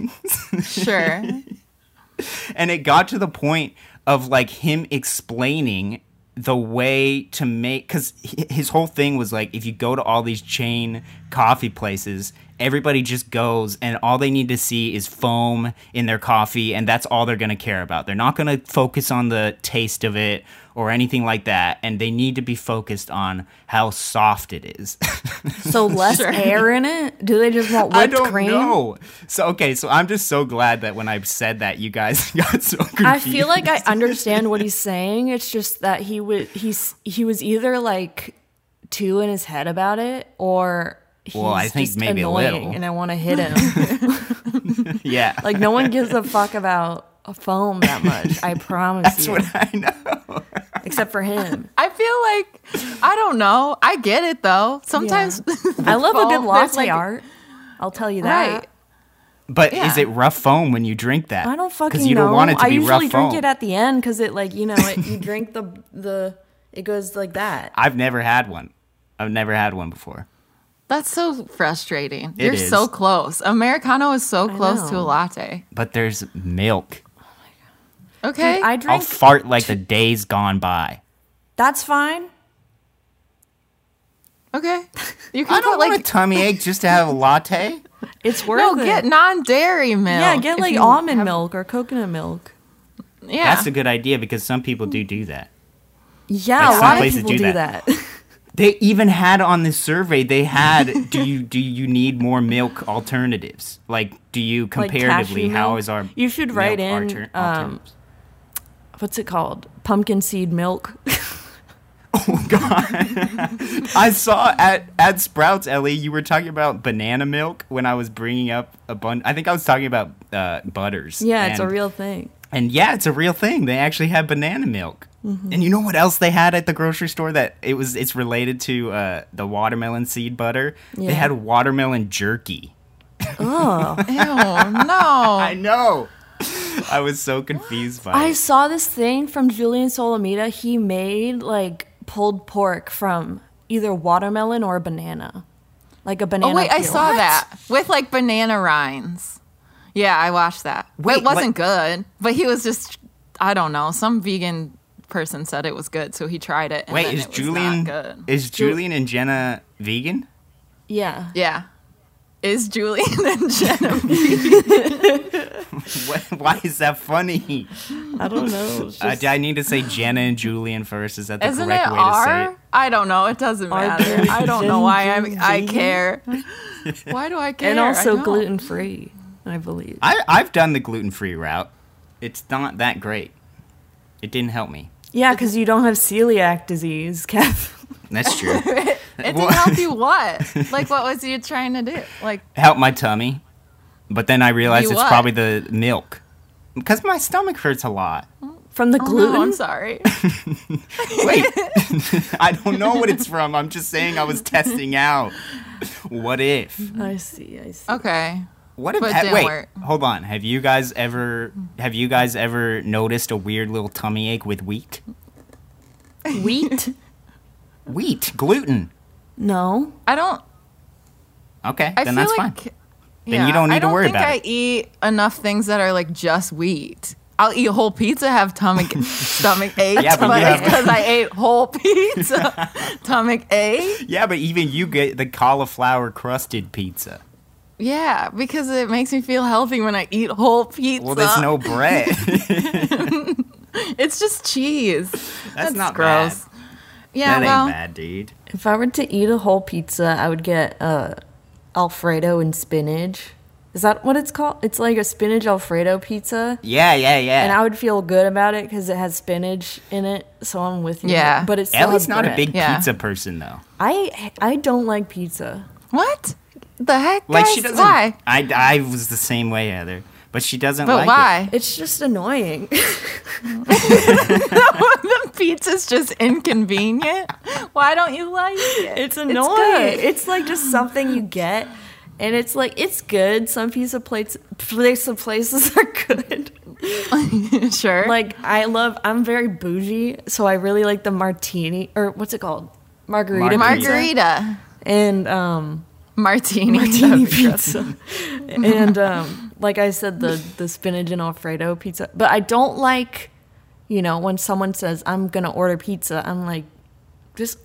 [SPEAKER 3] Sure.
[SPEAKER 1] and it got to the point of like him explaining the way to make because his whole thing was like if you go to all these chain coffee places everybody just goes and all they need to see is foam in their coffee and that's all they're going to care about they're not going to focus on the taste of it or anything like that and they need to be focused on how soft it is
[SPEAKER 2] So less air in it? Do they just want whipped
[SPEAKER 1] i don't
[SPEAKER 2] cream?
[SPEAKER 1] know so okay so i'm just so glad that when i said that you guys got so confused
[SPEAKER 2] I feel like I understand what he's saying. It's just that he was he's he was either like too in his head about it or he's
[SPEAKER 1] Well, I think
[SPEAKER 2] just
[SPEAKER 1] maybe a
[SPEAKER 2] annoying
[SPEAKER 1] little.
[SPEAKER 2] and I want to hit him.
[SPEAKER 1] yeah
[SPEAKER 2] like no one gives a fuck about a foam that much. I promise you.
[SPEAKER 1] I know.
[SPEAKER 2] Except for him.
[SPEAKER 3] I feel like I don't know. I get it though. Sometimes
[SPEAKER 2] I love a good
[SPEAKER 3] foam, there's,
[SPEAKER 2] latte
[SPEAKER 3] like-
[SPEAKER 2] art. I'll tell you that.
[SPEAKER 3] right.
[SPEAKER 1] But
[SPEAKER 3] Yeah.
[SPEAKER 1] is it rough foam when you drink that?
[SPEAKER 2] I don't fucking
[SPEAKER 1] you
[SPEAKER 2] know.
[SPEAKER 1] don't want it to
[SPEAKER 2] I
[SPEAKER 1] be
[SPEAKER 2] usually
[SPEAKER 1] rough
[SPEAKER 2] drink
[SPEAKER 1] foam.
[SPEAKER 2] it at the end because it like you know it, you drink the the it goes like that.
[SPEAKER 1] I've never had one. I've never had one before.
[SPEAKER 3] That's so frustrating.
[SPEAKER 1] It
[SPEAKER 3] You're
[SPEAKER 1] is.
[SPEAKER 3] so close. Americano is so close to
[SPEAKER 2] know.
[SPEAKER 3] a latte.
[SPEAKER 1] But there's milk.
[SPEAKER 3] Okay.
[SPEAKER 2] Dude, I
[SPEAKER 1] I'll
[SPEAKER 2] drink.
[SPEAKER 1] fart like the days gone by.
[SPEAKER 2] that's fine.
[SPEAKER 3] okay. You can
[SPEAKER 1] I don't
[SPEAKER 3] put like
[SPEAKER 1] want a tummy ache just to have a latte.
[SPEAKER 2] It's worth
[SPEAKER 3] no,
[SPEAKER 2] it.
[SPEAKER 3] get non-dairy milk.
[SPEAKER 2] yeah, get
[SPEAKER 3] if
[SPEAKER 2] like
[SPEAKER 3] you
[SPEAKER 2] almond
[SPEAKER 3] have-
[SPEAKER 2] milk or coconut milk.
[SPEAKER 3] Yeah.
[SPEAKER 1] That's a good idea because some people do do that.
[SPEAKER 2] Yeah,
[SPEAKER 1] some
[SPEAKER 2] a lot of
[SPEAKER 1] places
[SPEAKER 2] people
[SPEAKER 1] do
[SPEAKER 2] do that.
[SPEAKER 1] They even had on this survey. They had do you do you need more milk alternatives? Like do you
[SPEAKER 2] Like cashew
[SPEAKER 1] comparatively how
[SPEAKER 2] milk?
[SPEAKER 1] is our
[SPEAKER 2] You should write
[SPEAKER 1] milk
[SPEAKER 2] in,
[SPEAKER 1] alter-
[SPEAKER 2] um,
[SPEAKER 1] alternatives?
[SPEAKER 2] What's it called? Pumpkin seed milk.
[SPEAKER 1] I saw at at Sprouts, Ellie, you were talking about banana milk when I was bringing up a bun. I think I was talking about uh, butters.
[SPEAKER 2] yeah, it's a
[SPEAKER 1] And-
[SPEAKER 2] real thing.
[SPEAKER 1] And yeah, it's a real thing. They actually have banana milk.
[SPEAKER 2] Mm-hmm.
[SPEAKER 1] And you know what else they had at the grocery store that it was it's related to uh, the watermelon seed butter. They
[SPEAKER 2] Yeah.
[SPEAKER 1] had watermelon jerky.
[SPEAKER 2] Oh,
[SPEAKER 3] Ew, no.
[SPEAKER 1] I know. I was so confused by
[SPEAKER 2] I
[SPEAKER 1] it.
[SPEAKER 2] saw this thing from Julian Solomita. He made like pulled pork from either watermelon or banana, like a banana.
[SPEAKER 3] Oh wait, I
[SPEAKER 2] peel.
[SPEAKER 3] saw that with like banana rinds. Yeah, I watched that.
[SPEAKER 1] Wait,
[SPEAKER 3] it wasn't
[SPEAKER 1] what-
[SPEAKER 3] good, but he was just I don't know. Some vegan person said it was good, so he tried it. And
[SPEAKER 1] Wait,
[SPEAKER 3] then
[SPEAKER 1] is
[SPEAKER 3] it was not
[SPEAKER 1] Julian
[SPEAKER 3] good?
[SPEAKER 1] is Julian and Jenna vegan?
[SPEAKER 2] Yeah,
[SPEAKER 3] yeah, is Julian and Jenna?
[SPEAKER 1] What, why is that funny?
[SPEAKER 2] I don't know.
[SPEAKER 1] Uh, do I need to say Jenna and Julian first? Is that the
[SPEAKER 3] Isn't it
[SPEAKER 1] correct way to say it?
[SPEAKER 3] R? I don't know. It doesn't
[SPEAKER 2] R
[SPEAKER 3] matter.
[SPEAKER 2] B
[SPEAKER 3] I don't know why I'm. I
[SPEAKER 2] G G.
[SPEAKER 3] care. Why do I care?
[SPEAKER 2] and
[SPEAKER 3] I
[SPEAKER 2] also
[SPEAKER 3] don't.
[SPEAKER 2] gluten free, I believe.
[SPEAKER 1] I, I've done the gluten free route. It's not that great. It didn't help me.
[SPEAKER 2] Yeah, because you don't have celiac disease, Kev.
[SPEAKER 1] That's true. it
[SPEAKER 3] It didn't help you. What? Like, what was you trying to do? Like,
[SPEAKER 1] helped my tummy, but then I realized
[SPEAKER 3] You
[SPEAKER 1] it's
[SPEAKER 3] what?
[SPEAKER 1] probably the milk because my stomach hurts a lot.
[SPEAKER 2] From the gluten.
[SPEAKER 3] no, I'm sorry.
[SPEAKER 1] Wait, I don't know what it's from. I'm just saying I was testing out. What if?
[SPEAKER 2] I see. I see.
[SPEAKER 3] Okay.
[SPEAKER 1] What if?
[SPEAKER 3] But it
[SPEAKER 1] ha-
[SPEAKER 3] didn't
[SPEAKER 1] wait,
[SPEAKER 3] work.
[SPEAKER 1] hold on. Have you guys ever? Have you guys ever noticed a weird little tummy ache with wheat?
[SPEAKER 2] Wheat?
[SPEAKER 1] Wheat gluten.
[SPEAKER 2] No.
[SPEAKER 3] I don't.
[SPEAKER 1] Okay,
[SPEAKER 3] I
[SPEAKER 1] then
[SPEAKER 3] feel
[SPEAKER 1] that's
[SPEAKER 3] like.
[SPEAKER 1] fine. Then you don't need
[SPEAKER 3] I
[SPEAKER 1] to
[SPEAKER 3] don't
[SPEAKER 1] worry
[SPEAKER 3] think
[SPEAKER 1] about
[SPEAKER 3] I
[SPEAKER 1] it.
[SPEAKER 3] eat enough things that are like just wheat. I'll eat whole pizza, have stomach stomach ache,
[SPEAKER 1] Yeah, but
[SPEAKER 3] but,
[SPEAKER 1] you have-
[SPEAKER 3] it's because I ate whole pizza, stomach ache.
[SPEAKER 1] Yeah, but even you get the cauliflower crusted pizza.
[SPEAKER 3] Yeah, because it makes me feel healthy when I eat whole pizza.
[SPEAKER 1] Well, there's no bread.
[SPEAKER 3] It's just cheese. That's,
[SPEAKER 1] not
[SPEAKER 3] gross.
[SPEAKER 1] bad.
[SPEAKER 3] Yeah,
[SPEAKER 1] that
[SPEAKER 3] well,
[SPEAKER 1] ain't bad, dude.
[SPEAKER 2] If I were to eat a whole pizza, I would get uh, Alfredo and spinach. Is that what it's called? It's like a spinach Alfredo pizza.
[SPEAKER 1] Yeah, yeah, yeah.
[SPEAKER 2] And I would feel good about it because it has spinach in it. So I'm with you.
[SPEAKER 3] Yeah.
[SPEAKER 2] But it's
[SPEAKER 1] Ellie's not a big
[SPEAKER 3] Yeah.
[SPEAKER 1] pizza person though.
[SPEAKER 2] I I don't like pizza.
[SPEAKER 3] what the heck?
[SPEAKER 1] Like
[SPEAKER 3] guys?
[SPEAKER 1] she doesn't.
[SPEAKER 3] Why?
[SPEAKER 1] I, I was the same way, Heather. But she doesn't
[SPEAKER 3] But
[SPEAKER 1] like it.
[SPEAKER 3] why?
[SPEAKER 2] It's just annoying.
[SPEAKER 3] the pizza's just inconvenient. why don't you like it?
[SPEAKER 2] it's
[SPEAKER 3] good.
[SPEAKER 2] annoying. It's, like just something you get, and it's like it's good. Some pizza plates, place of places are good.
[SPEAKER 3] sure.
[SPEAKER 2] Like I love. I'm very bougie, so I really like the martini or what's it called, margarita,
[SPEAKER 1] Margarita.
[SPEAKER 2] pizza.
[SPEAKER 3] margarita,
[SPEAKER 2] and um,
[SPEAKER 3] martini,
[SPEAKER 2] martini pizza. and um, like I said, the the spinach and Alfredo pizza. But I don't like, you know, when someone says I'm gonna order pizza, I'm like, just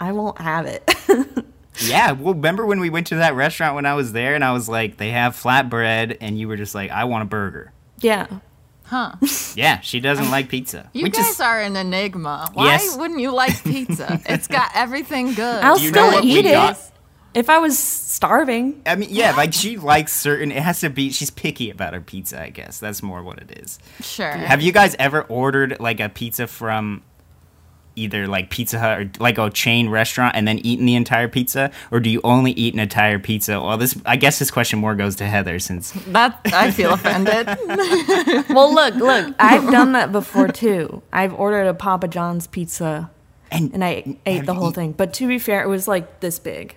[SPEAKER 2] I won't have it.
[SPEAKER 1] Yeah. Well, remember when we went to that restaurant when I was there, and I was like, they have flatbread, and you were just like, I want a burger.
[SPEAKER 2] yeah,
[SPEAKER 3] Huh?
[SPEAKER 1] Yeah, she doesn't like pizza.
[SPEAKER 3] Um, You
[SPEAKER 1] We
[SPEAKER 3] guys
[SPEAKER 1] just-
[SPEAKER 3] are an enigma. Why
[SPEAKER 1] Yes.
[SPEAKER 3] wouldn't you like pizza? it's got everything good.
[SPEAKER 2] I'll
[SPEAKER 1] You know
[SPEAKER 2] still
[SPEAKER 1] what we
[SPEAKER 2] eat it
[SPEAKER 1] got?
[SPEAKER 2] if I was starving.
[SPEAKER 1] I mean, yeah, like she likes certain. It has to be. She's picky about her pizza, I guess. That's more what it is.
[SPEAKER 3] sure.
[SPEAKER 1] Have you guys ever ordered like a pizza from either like Pizza Hut or like a chain restaurant and then eaten the entire pizza, or do you only eat an entire pizza? Well, this I guess this question more goes to Heather since
[SPEAKER 3] That I feel offended.
[SPEAKER 2] Well, look, look, I've done that before too. I've ordered a Papa John's pizza
[SPEAKER 1] and,
[SPEAKER 2] and I
[SPEAKER 1] have
[SPEAKER 2] ate the
[SPEAKER 1] you
[SPEAKER 2] whole
[SPEAKER 1] eat-
[SPEAKER 2] thing. But to be fair, it was like this big.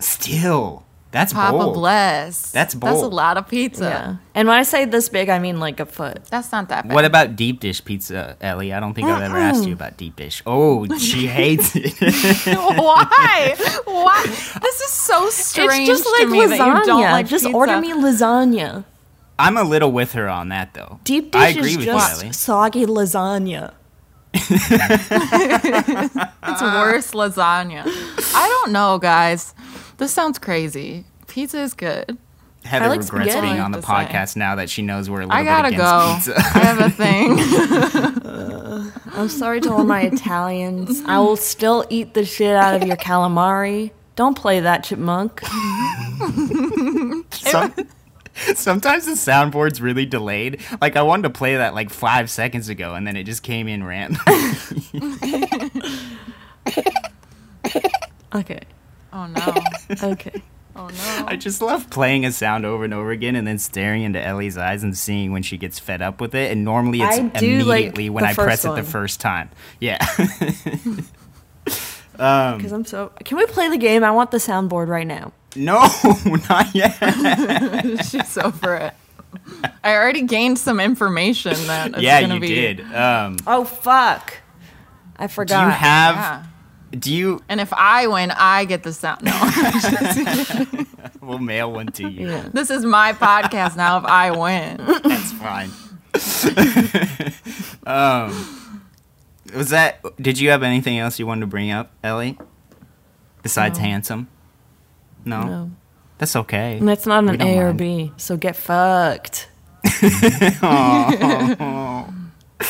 [SPEAKER 1] still that's
[SPEAKER 3] Papa
[SPEAKER 1] bold.
[SPEAKER 3] bless.
[SPEAKER 1] That's
[SPEAKER 3] That's a
[SPEAKER 1] bold.
[SPEAKER 3] lot of pizza.
[SPEAKER 2] Yeah. And when I say this big, I mean like a foot.
[SPEAKER 3] That's not that bad.
[SPEAKER 1] What about deep dish pizza, Ellie? I don't think I've ever asked you about deep dish. Oh, she hates it.
[SPEAKER 3] Why? Why? This is so strange.
[SPEAKER 2] it's just like
[SPEAKER 3] to me
[SPEAKER 2] lasagna.
[SPEAKER 3] That you don't like
[SPEAKER 2] just
[SPEAKER 3] pizza.
[SPEAKER 2] order me lasagna.
[SPEAKER 1] I'm a little with her on that though.
[SPEAKER 2] Deep
[SPEAKER 1] I
[SPEAKER 2] dish
[SPEAKER 1] agree
[SPEAKER 2] is
[SPEAKER 1] with
[SPEAKER 2] just
[SPEAKER 1] you, Ellie.
[SPEAKER 2] soggy lasagna.
[SPEAKER 3] It's worse lasagna. I don't know, guys. This sounds crazy. Pizza is good.
[SPEAKER 1] Heather
[SPEAKER 2] I like
[SPEAKER 1] regrets
[SPEAKER 2] spaghetti.
[SPEAKER 1] being on the
[SPEAKER 3] Just saying.
[SPEAKER 1] podcast now that she knows we're a little
[SPEAKER 3] I gotta
[SPEAKER 1] bit against pizza.
[SPEAKER 3] go. I have a thing.
[SPEAKER 2] I'm sorry to all my Italians. I will still eat the shit out of your calamari. Don't play that chipmunk.
[SPEAKER 1] Some, sometimes the soundboard's really delayed. Like I wanted to play that like five seconds ago, and then it just came in random.
[SPEAKER 2] Okay.
[SPEAKER 3] Oh no.
[SPEAKER 2] Okay.
[SPEAKER 3] Oh no.
[SPEAKER 1] I just love playing a sound over and over again, and then staring into Ellie's eyes and seeing when she gets fed up with it. And normally it's
[SPEAKER 2] I do like
[SPEAKER 1] immediately when
[SPEAKER 2] the
[SPEAKER 1] I press
[SPEAKER 2] first
[SPEAKER 1] it
[SPEAKER 2] one.
[SPEAKER 1] the first time. Yeah, Um,
[SPEAKER 2] Because I'm so. Can we play the game? I want the soundboard right now.
[SPEAKER 1] no, not yet.
[SPEAKER 3] She's over it. I already gained some information that it's
[SPEAKER 1] yeah,
[SPEAKER 3] gonna
[SPEAKER 1] you
[SPEAKER 3] be.
[SPEAKER 1] did. Um,
[SPEAKER 2] Oh fuck! I
[SPEAKER 1] do you
[SPEAKER 2] forgot.
[SPEAKER 1] have?
[SPEAKER 3] Yeah.
[SPEAKER 1] Do you?
[SPEAKER 3] And if I win, I get the sound. No,
[SPEAKER 1] We'll mail one to you.
[SPEAKER 2] Yeah.
[SPEAKER 3] this is my podcast now. If I win,
[SPEAKER 1] That's fine. um, was that? Did you have anything else you wanted to bring up, Ellie? Besides handsome? No?
[SPEAKER 2] No.
[SPEAKER 1] That's okay.
[SPEAKER 2] And that's not
[SPEAKER 1] We
[SPEAKER 2] an
[SPEAKER 1] don't
[SPEAKER 2] A or
[SPEAKER 1] mind.
[SPEAKER 2] B. So get fucked.
[SPEAKER 3] the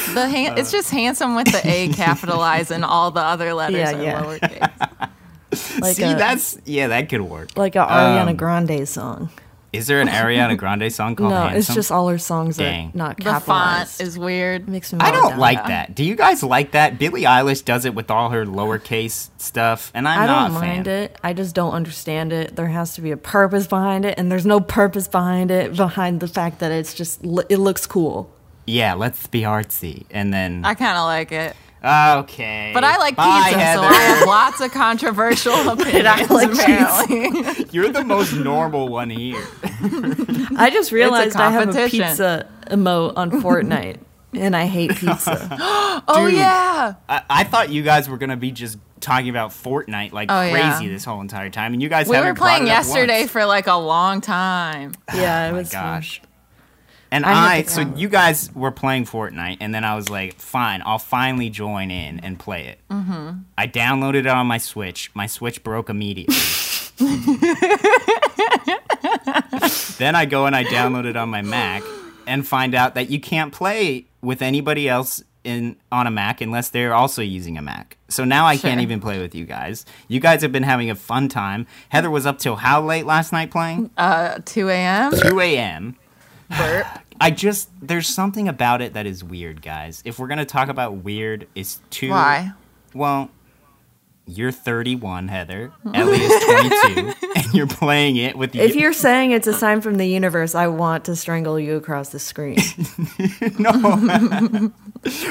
[SPEAKER 3] han- it's just handsome with the A capitalized and all the other letters
[SPEAKER 2] Yeah,
[SPEAKER 3] are
[SPEAKER 2] yeah.
[SPEAKER 3] lowercase.
[SPEAKER 2] Like
[SPEAKER 1] See,
[SPEAKER 2] a,
[SPEAKER 1] that's yeah, that could work.
[SPEAKER 2] like a Ariana
[SPEAKER 1] Um,
[SPEAKER 2] Grande song.
[SPEAKER 1] Is there an Ariana Grande song called
[SPEAKER 2] No,
[SPEAKER 1] Handsome?
[SPEAKER 2] it's just all her songs
[SPEAKER 1] oh, Dang.
[SPEAKER 2] are not
[SPEAKER 3] The font
[SPEAKER 2] capitalized.
[SPEAKER 3] is weird.
[SPEAKER 2] Makes me
[SPEAKER 1] I
[SPEAKER 2] wanna
[SPEAKER 1] don't
[SPEAKER 2] die.
[SPEAKER 1] like that. Do you guys like that? Billie Eilish does it with all her lowercase stuff, and I'm
[SPEAKER 2] I
[SPEAKER 1] not
[SPEAKER 2] don't
[SPEAKER 1] a fan.
[SPEAKER 2] mind it. I just don't understand it. There has to be a purpose behind it, and there's no purpose behind it. Behind the fact that it's just l- it looks cool.
[SPEAKER 1] Yeah, let's be artsy, and then
[SPEAKER 3] I kind of like it,
[SPEAKER 1] okay.
[SPEAKER 3] but I like
[SPEAKER 1] Bye,
[SPEAKER 3] pizza,
[SPEAKER 1] Heather.
[SPEAKER 3] so I have lots of controversial opinions.
[SPEAKER 2] like cheese.
[SPEAKER 3] apparently,
[SPEAKER 1] You're the most normal one here.
[SPEAKER 2] I just realized I have a
[SPEAKER 3] competition.
[SPEAKER 2] pizza emote on Fortnite, and I hate pizza.
[SPEAKER 3] oh
[SPEAKER 1] Dude.
[SPEAKER 3] yeah,
[SPEAKER 1] I, I thought you guys were gonna be just talking about Fortnite like
[SPEAKER 3] Oh,
[SPEAKER 1] crazy
[SPEAKER 3] yeah.
[SPEAKER 1] this whole entire time, and you guys
[SPEAKER 3] we
[SPEAKER 1] haven't
[SPEAKER 3] were playing
[SPEAKER 1] brought it up
[SPEAKER 3] yesterday
[SPEAKER 1] once.
[SPEAKER 3] for like a long time.
[SPEAKER 2] yeah, it
[SPEAKER 1] Oh my
[SPEAKER 2] was fun.
[SPEAKER 1] gosh. And
[SPEAKER 2] I have
[SPEAKER 1] I,
[SPEAKER 2] to
[SPEAKER 1] so
[SPEAKER 2] go.
[SPEAKER 1] you guys were playing Fortnite, and then I was like, fine, I'll finally join in and play it. Mm-hmm. I downloaded it on my Switch. My Switch broke immediately. then I go and I download it on my Mac and find out that you can't play with anybody else in on a Mac unless they're also using a Mac. So now I can't
[SPEAKER 3] Sure.
[SPEAKER 1] even play with you guys. You guys have been having a fun time. Heather was up till how late last night playing?
[SPEAKER 3] Uh, 2 a.m.
[SPEAKER 1] 2 a.m.
[SPEAKER 3] burp.
[SPEAKER 1] I just there's something about it that is weird, guys. If we're gonna talk about weird, it's too
[SPEAKER 3] Why?
[SPEAKER 1] Well, you're 31, Heather. Ellie is 22, and you're playing it with
[SPEAKER 2] If
[SPEAKER 1] you.
[SPEAKER 2] you're saying it's a sign from the universe, I want to strangle you across the screen.
[SPEAKER 1] No.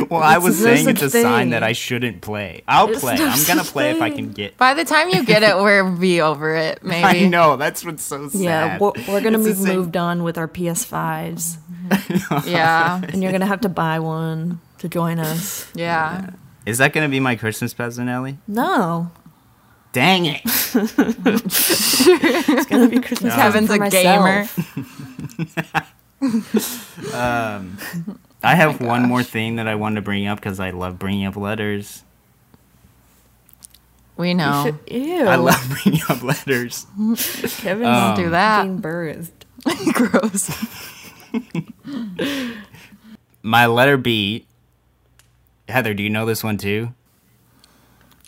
[SPEAKER 1] well, I was
[SPEAKER 2] no
[SPEAKER 1] saying it's a
[SPEAKER 2] such
[SPEAKER 1] sign
[SPEAKER 2] thing.
[SPEAKER 1] that I shouldn't play. I'll
[SPEAKER 2] It's
[SPEAKER 1] play.
[SPEAKER 2] no
[SPEAKER 1] I'm gonna
[SPEAKER 2] such
[SPEAKER 1] play if I
[SPEAKER 2] thing.
[SPEAKER 1] can get.
[SPEAKER 3] By the time you get it, we'll be over it, maybe.
[SPEAKER 1] I know that's what's so sad.
[SPEAKER 2] yeah, we're, we're gonna
[SPEAKER 1] It's the
[SPEAKER 2] be
[SPEAKER 1] same-
[SPEAKER 2] moved on with our PS5s,
[SPEAKER 3] Yeah.
[SPEAKER 2] and you're gonna have to buy one to join us.
[SPEAKER 3] Yeah.
[SPEAKER 1] Is that gonna be my Christmas present, Ellie?
[SPEAKER 2] No,
[SPEAKER 1] Dang it!
[SPEAKER 2] it's gonna be Christmas. present
[SPEAKER 3] Kevin's
[SPEAKER 2] for
[SPEAKER 3] a gamer.
[SPEAKER 2] myself.
[SPEAKER 1] I have one more thing that I wanted to bring up because I love bringing up letters.
[SPEAKER 3] We know.
[SPEAKER 2] Ew,
[SPEAKER 1] I love um, bringing up letters.
[SPEAKER 2] Kevin's
[SPEAKER 3] Don't do that.
[SPEAKER 2] being birthed.
[SPEAKER 3] Gross.
[SPEAKER 1] My letter B. Heather, do you know this one too?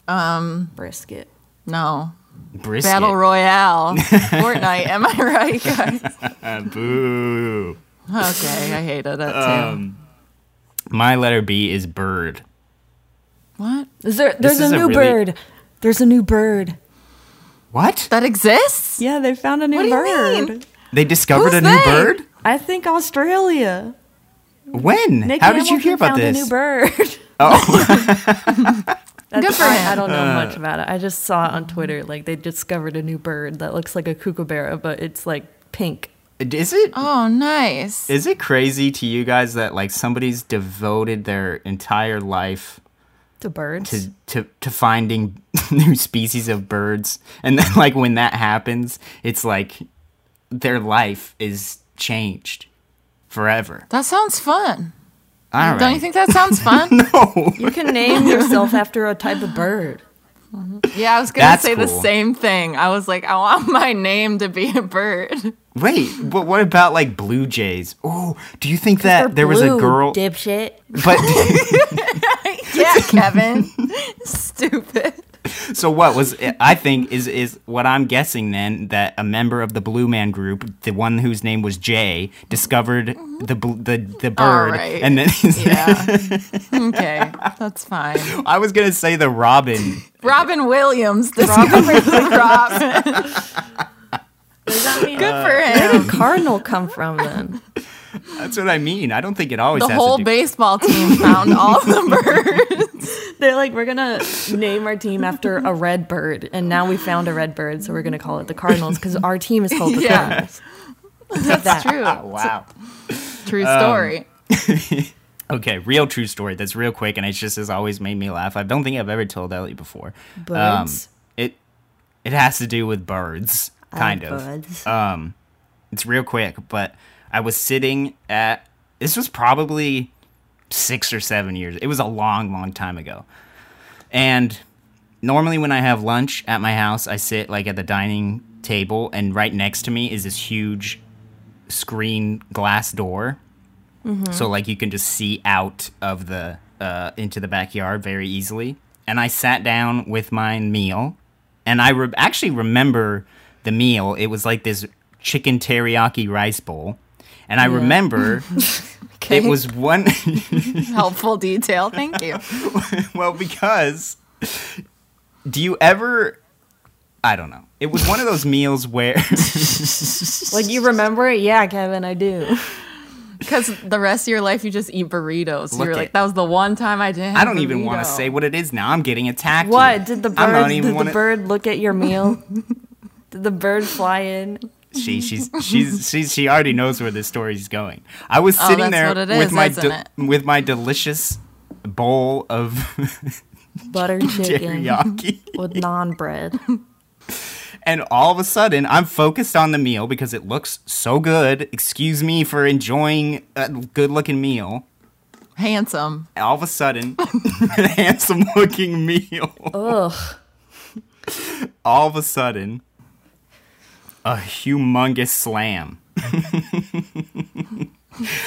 [SPEAKER 2] Brisket.
[SPEAKER 3] No.
[SPEAKER 1] Brisket.
[SPEAKER 3] Battle Royale. Fortnite. Am I right, guys?
[SPEAKER 1] Uh, boo.
[SPEAKER 3] Okay. I hated it, too.
[SPEAKER 1] Um, My letter B is bird.
[SPEAKER 3] what?
[SPEAKER 2] Is there? There's
[SPEAKER 1] is
[SPEAKER 2] a
[SPEAKER 1] a
[SPEAKER 2] new
[SPEAKER 1] really-
[SPEAKER 2] bird. There's a new bird.
[SPEAKER 1] What?
[SPEAKER 3] That exists?
[SPEAKER 2] Yeah, they found a new
[SPEAKER 3] What do you
[SPEAKER 2] bird.
[SPEAKER 3] mean?
[SPEAKER 1] They discovered
[SPEAKER 3] Who's
[SPEAKER 1] a new
[SPEAKER 3] they?
[SPEAKER 1] bird?
[SPEAKER 2] I think Australia.
[SPEAKER 1] When?
[SPEAKER 2] Nick
[SPEAKER 1] How did you
[SPEAKER 2] Hamilton
[SPEAKER 1] hear about
[SPEAKER 2] found
[SPEAKER 1] this?
[SPEAKER 2] A new bird.
[SPEAKER 1] Oh,
[SPEAKER 2] That's,
[SPEAKER 3] Good for
[SPEAKER 2] I,
[SPEAKER 3] him.
[SPEAKER 2] I don't know much about it. I just saw it on Twitter like they discovered a new bird that looks like a kookaburra, but it's like pink.
[SPEAKER 1] is it?
[SPEAKER 3] Oh, nice.
[SPEAKER 1] Is it crazy to you guys that like somebody's devoted their entire life
[SPEAKER 2] To birds.
[SPEAKER 1] to to, to finding new species of birds and then like when that happens, it's like their life is changed forever.
[SPEAKER 3] That sounds fun.
[SPEAKER 1] All right. Oh.
[SPEAKER 3] Don't you think that sounds fun?
[SPEAKER 2] you can name yourself after a type of bird.
[SPEAKER 3] Yeah, I was gonna
[SPEAKER 1] That's
[SPEAKER 3] say
[SPEAKER 1] cool.
[SPEAKER 3] the same thing. I was like, I want my name to be a bird.
[SPEAKER 1] Wait, but what about like blue jays? Oh, do you think
[SPEAKER 2] They're
[SPEAKER 1] that there was a
[SPEAKER 2] blue,
[SPEAKER 1] girl?
[SPEAKER 2] Dipshit.
[SPEAKER 1] But
[SPEAKER 3] Yeah, Kevin. Stupid.
[SPEAKER 1] so what was I think is is what I'm guessing then that a member of the Blue Man Group, the one whose name was Jay, discovered the bl- the the bird,
[SPEAKER 3] right.
[SPEAKER 1] and then
[SPEAKER 3] Yeah. Okay, that's fine.
[SPEAKER 1] I was gonna say the robin.
[SPEAKER 3] Robin Williams discovered the crop. Good for him.
[SPEAKER 2] Cardinal come from then.
[SPEAKER 1] That's what I mean. I don't think it always
[SPEAKER 3] The
[SPEAKER 1] has
[SPEAKER 3] whole
[SPEAKER 1] to do.
[SPEAKER 3] baseball team found all the birds.
[SPEAKER 2] They're like, we're gonna name our team after a red bird, and now we found a red bird, so we're gonna call it the Cardinals because our team is called the
[SPEAKER 3] Yeah.
[SPEAKER 2] Cardinals.
[SPEAKER 3] That's true.
[SPEAKER 1] Ah, wow.
[SPEAKER 3] True
[SPEAKER 1] Um,
[SPEAKER 3] story.
[SPEAKER 1] Okay, real true story. That's real quick, and it's just has always made me laugh. I don't think I've ever told Ellie before. Um,
[SPEAKER 2] Birds?
[SPEAKER 1] it it has to do with birds, kind of.
[SPEAKER 2] Buds.
[SPEAKER 1] it's real quick, but I was sitting at this was probably six or seven years. It was a long, long time ago. And normally when I have lunch at my house, I sit like at the dining table and right next to me is this huge screen glass door.
[SPEAKER 2] Mm-hmm.
[SPEAKER 1] So like you can just see out of the uh, into the backyard very easily. And I sat down with my meal, and I re- actually remember the meal. It was like this chicken teriyaki rice bowl, and I remember
[SPEAKER 3] Okay.
[SPEAKER 1] it was one.
[SPEAKER 3] helpful detail. Thank you.
[SPEAKER 1] well, because do you ever? I don't know. It was one of those meals where
[SPEAKER 2] like you remember it? Yeah, Kevin, I do.
[SPEAKER 3] Because the rest of your life, you just eat burritos. you
[SPEAKER 1] Look
[SPEAKER 3] were
[SPEAKER 1] at-
[SPEAKER 3] like, that was the one time I didn't.
[SPEAKER 1] I
[SPEAKER 3] have
[SPEAKER 1] don't even want to
[SPEAKER 3] burrito."
[SPEAKER 1] say what it is now. I'm getting attacked.
[SPEAKER 2] What
[SPEAKER 1] here.
[SPEAKER 2] did the
[SPEAKER 1] I
[SPEAKER 2] bird?
[SPEAKER 1] don't
[SPEAKER 2] Did
[SPEAKER 1] even
[SPEAKER 2] the
[SPEAKER 1] wanna-
[SPEAKER 2] bird look at your meal? did the bird fly in?
[SPEAKER 1] she she's she's she's she already knows where this story's going. I was sitting
[SPEAKER 3] Oh, that's
[SPEAKER 1] there
[SPEAKER 3] what it
[SPEAKER 1] with
[SPEAKER 3] is,
[SPEAKER 1] my
[SPEAKER 3] isn't it?
[SPEAKER 1] with my delicious bowl of
[SPEAKER 2] Butter chicken
[SPEAKER 1] teriyaki,
[SPEAKER 2] with non bread.
[SPEAKER 1] And all of a sudden, I'm focused on the meal because it looks so good. Excuse me for enjoying a good looking meal.
[SPEAKER 3] Handsome.
[SPEAKER 1] And all of a sudden, handsome looking meal.
[SPEAKER 2] Ugh.
[SPEAKER 1] All of a sudden, a humongous slam.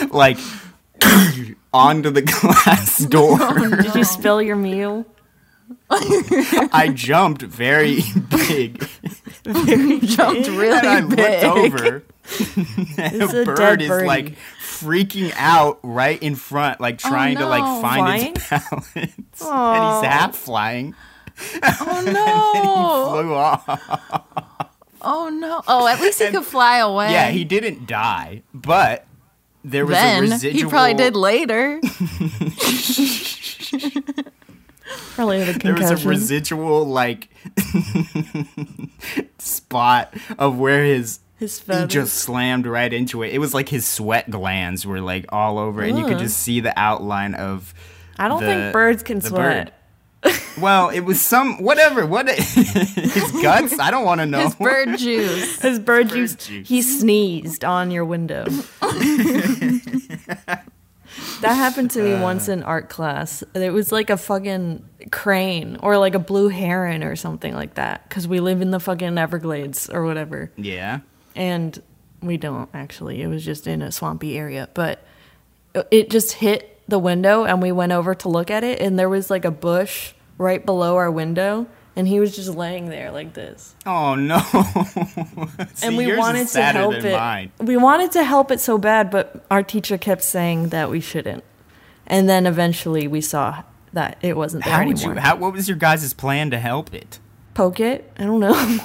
[SPEAKER 1] like onto the glass door.
[SPEAKER 2] Did you spill your meal?
[SPEAKER 1] I jumped very big.
[SPEAKER 3] Jumped really
[SPEAKER 1] and I
[SPEAKER 3] big.
[SPEAKER 1] looked over. and a
[SPEAKER 2] It's a
[SPEAKER 1] bird
[SPEAKER 2] dead
[SPEAKER 1] is
[SPEAKER 2] birdie.
[SPEAKER 1] like freaking out right in front, like trying to
[SPEAKER 3] Oh, no.
[SPEAKER 1] like find its balance. and he's half flying.
[SPEAKER 3] Oh no!
[SPEAKER 1] Flew off.
[SPEAKER 3] Oh no! Oh, at least he could fly away.
[SPEAKER 1] Yeah, he didn't die, but there was a
[SPEAKER 3] then
[SPEAKER 1] residual.
[SPEAKER 3] he probably did later.
[SPEAKER 2] Probably had a
[SPEAKER 1] There was
[SPEAKER 2] concussion.
[SPEAKER 1] a residual like spot of where his
[SPEAKER 2] His
[SPEAKER 1] he
[SPEAKER 2] feathers.
[SPEAKER 1] just slammed right into it. It was like his sweat glands were like all over, and you could
[SPEAKER 2] Ugh.
[SPEAKER 1] just see the outline of.
[SPEAKER 2] I don't
[SPEAKER 1] the-
[SPEAKER 2] think birds can
[SPEAKER 1] the
[SPEAKER 2] sweat.
[SPEAKER 1] bird. well, it was some whatever. What his guts? I don't want to know.
[SPEAKER 3] His bird juice.
[SPEAKER 2] His bird, juice,
[SPEAKER 1] juice.
[SPEAKER 2] He sneezed on your window. that happened to me once in art class. It was like a fucking crane or like a blue heron or something like that. Because we live in the fucking Everglades or whatever.
[SPEAKER 1] Yeah.
[SPEAKER 2] and we don't actually. It was just in a swampy area, but it just hit the window, and we went over to look at it, and there was like a bush right below our window, and he was just laying there like this.
[SPEAKER 1] Oh no.
[SPEAKER 2] and
[SPEAKER 1] See,
[SPEAKER 2] we
[SPEAKER 1] yours is
[SPEAKER 2] wanted to
[SPEAKER 1] sadder
[SPEAKER 2] help
[SPEAKER 1] than
[SPEAKER 2] it.
[SPEAKER 1] mine.
[SPEAKER 2] We wanted to help it so bad, but our teacher kept saying that we shouldn't. And then eventually, we saw that it wasn't there
[SPEAKER 1] How did
[SPEAKER 2] anymore.
[SPEAKER 1] you? How, what was your guys' plan to help it?
[SPEAKER 2] Poke it? I don't know.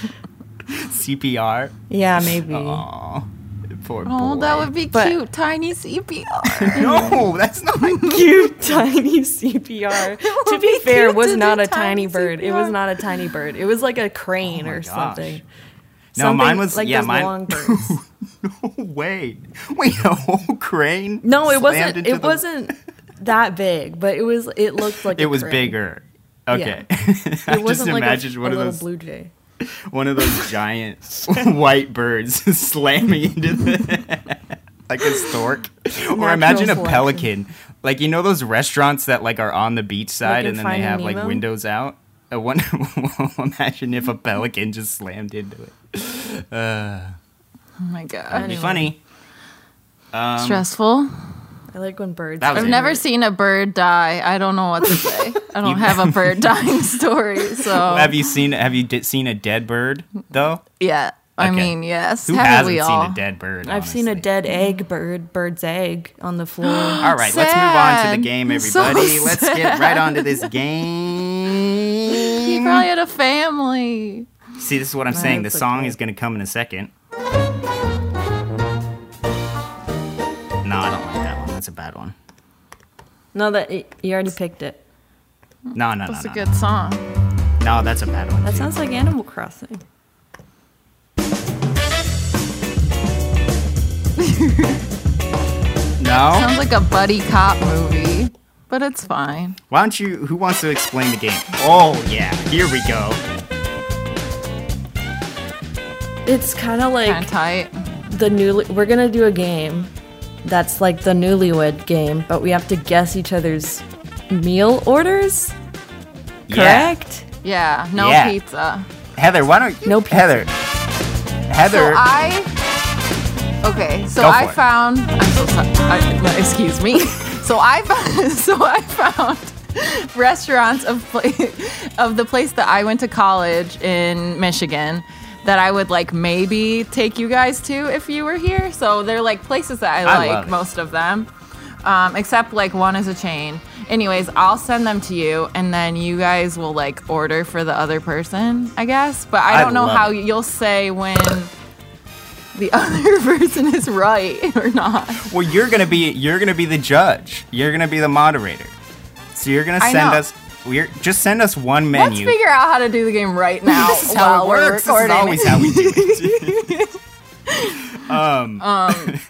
[SPEAKER 1] CPR.
[SPEAKER 2] yeah, maybe.
[SPEAKER 1] Uh-uh. Poor
[SPEAKER 3] Oh,
[SPEAKER 1] boy.
[SPEAKER 3] that would be
[SPEAKER 2] But-
[SPEAKER 3] cute. Tiny CPR.
[SPEAKER 1] No, that's not
[SPEAKER 2] cute tiny CPR. to
[SPEAKER 3] would
[SPEAKER 2] be
[SPEAKER 3] be
[SPEAKER 2] fair, it
[SPEAKER 3] cute
[SPEAKER 2] was
[SPEAKER 3] to
[SPEAKER 2] not
[SPEAKER 3] do
[SPEAKER 2] a tiny
[SPEAKER 3] tiny
[SPEAKER 2] bird. It was
[SPEAKER 3] CPR.
[SPEAKER 2] not a tiny bird. It was like a crane or
[SPEAKER 1] Oh gosh.
[SPEAKER 2] something.
[SPEAKER 1] No,
[SPEAKER 2] Something
[SPEAKER 1] mine was-
[SPEAKER 2] like
[SPEAKER 1] yeah,
[SPEAKER 2] those
[SPEAKER 1] mine-
[SPEAKER 2] long birds.
[SPEAKER 1] Wait, wait, a whole crane?
[SPEAKER 2] No, it
[SPEAKER 1] slammed
[SPEAKER 2] wasn't.
[SPEAKER 1] into
[SPEAKER 2] It
[SPEAKER 1] the-
[SPEAKER 2] wasn't that big, but it was. It looked like
[SPEAKER 1] It
[SPEAKER 2] a
[SPEAKER 1] was
[SPEAKER 2] crane.
[SPEAKER 1] bigger. Okay, I
[SPEAKER 2] It
[SPEAKER 1] just
[SPEAKER 2] wasn't like
[SPEAKER 1] imagined
[SPEAKER 2] a,
[SPEAKER 1] one
[SPEAKER 2] a
[SPEAKER 1] of
[SPEAKER 2] little
[SPEAKER 1] those
[SPEAKER 2] blue jay.
[SPEAKER 1] one of those giant white birds slamming into the like a stork, or
[SPEAKER 2] Natural
[SPEAKER 1] imagine a
[SPEAKER 2] selection.
[SPEAKER 1] pelican. Like you know those restaurants that like are on the beach side
[SPEAKER 2] in
[SPEAKER 1] and then they
[SPEAKER 2] Finding
[SPEAKER 1] have like
[SPEAKER 2] Nemo?
[SPEAKER 1] windows out. I wonder, imagine if a pelican just slammed into it.
[SPEAKER 3] Oh my
[SPEAKER 1] It'd
[SPEAKER 3] god.
[SPEAKER 1] be funny.
[SPEAKER 3] Stressful.
[SPEAKER 2] I like when birds.
[SPEAKER 1] That was
[SPEAKER 3] I've
[SPEAKER 1] it.
[SPEAKER 3] never seen a bird die. I don't know what to say. I don't have a bird dying story. So
[SPEAKER 1] Have you seen? Have you d- seen a dead bird though?
[SPEAKER 3] yeah. I
[SPEAKER 1] Okay.
[SPEAKER 3] mean, yes.
[SPEAKER 1] Who
[SPEAKER 3] haven't
[SPEAKER 1] hasn't
[SPEAKER 3] we
[SPEAKER 1] seen
[SPEAKER 3] all?
[SPEAKER 1] a dead bird?
[SPEAKER 2] I've seen a
[SPEAKER 1] honestly?
[SPEAKER 2] dead egg bird, bird's egg on the floor.
[SPEAKER 1] All right, let's move on to the
[SPEAKER 3] Sad.
[SPEAKER 1] game,
[SPEAKER 3] So
[SPEAKER 1] everybody. let's get right on to this game.
[SPEAKER 3] He probably had a family.
[SPEAKER 1] See, this is what I'm saying. The
[SPEAKER 2] it's
[SPEAKER 1] song
[SPEAKER 2] okay.
[SPEAKER 1] is going to come in a second. No, I don't like that one. That's a bad one.
[SPEAKER 2] no, that you already picked it.
[SPEAKER 1] No, no, no,
[SPEAKER 3] That's
[SPEAKER 1] no,
[SPEAKER 3] a good song.
[SPEAKER 1] no. No, that's a bad one.
[SPEAKER 2] That
[SPEAKER 1] too.
[SPEAKER 2] sounds like Animal Crossing.
[SPEAKER 1] no.
[SPEAKER 3] Sounds like a buddy cop movie, but it's fine.
[SPEAKER 1] Why don't you? Who wants to explain the game? Oh yeah, here we go.
[SPEAKER 2] It's kind of like
[SPEAKER 3] Kind of tight.
[SPEAKER 2] the newly we're gonna do a game that's like the newlywed game but we have to guess each other's meal orders
[SPEAKER 1] Yeah.
[SPEAKER 2] correct
[SPEAKER 3] Yeah. No
[SPEAKER 1] Yeah.
[SPEAKER 3] pizza.
[SPEAKER 1] Heather, why don't you?
[SPEAKER 2] No pizza.
[SPEAKER 1] Heather. Heather.
[SPEAKER 3] So I. Okay, so
[SPEAKER 1] Go for
[SPEAKER 3] I
[SPEAKER 1] it.
[SPEAKER 3] found. I'm so sorry. I, no, excuse me. So I found. So I found restaurants of pla- of the place that I went to college in Michigan that I would like maybe take you guys to if you were here. So they're like places that I
[SPEAKER 1] I
[SPEAKER 3] like
[SPEAKER 1] love it.
[SPEAKER 3] most of them, um, except like one is a chain. Anyways, I'll send them to you, and then you guys will like order for the other person, I guess. But I
[SPEAKER 1] I
[SPEAKER 3] don't know
[SPEAKER 1] love
[SPEAKER 3] how
[SPEAKER 1] it.
[SPEAKER 3] you'll say when the other person is right or not.
[SPEAKER 1] Well, you're gonna be you're gonna be the judge. You're gonna be the moderator. So you're gonna
[SPEAKER 3] I
[SPEAKER 1] send
[SPEAKER 3] know.
[SPEAKER 1] us. We're just send us one
[SPEAKER 3] Let's
[SPEAKER 1] menu.
[SPEAKER 3] figure out how to do the game right now
[SPEAKER 1] this is
[SPEAKER 3] while
[SPEAKER 1] how it
[SPEAKER 3] we're
[SPEAKER 1] works. This is
[SPEAKER 3] recording.
[SPEAKER 1] always how we do it.
[SPEAKER 3] Um,
[SPEAKER 1] um,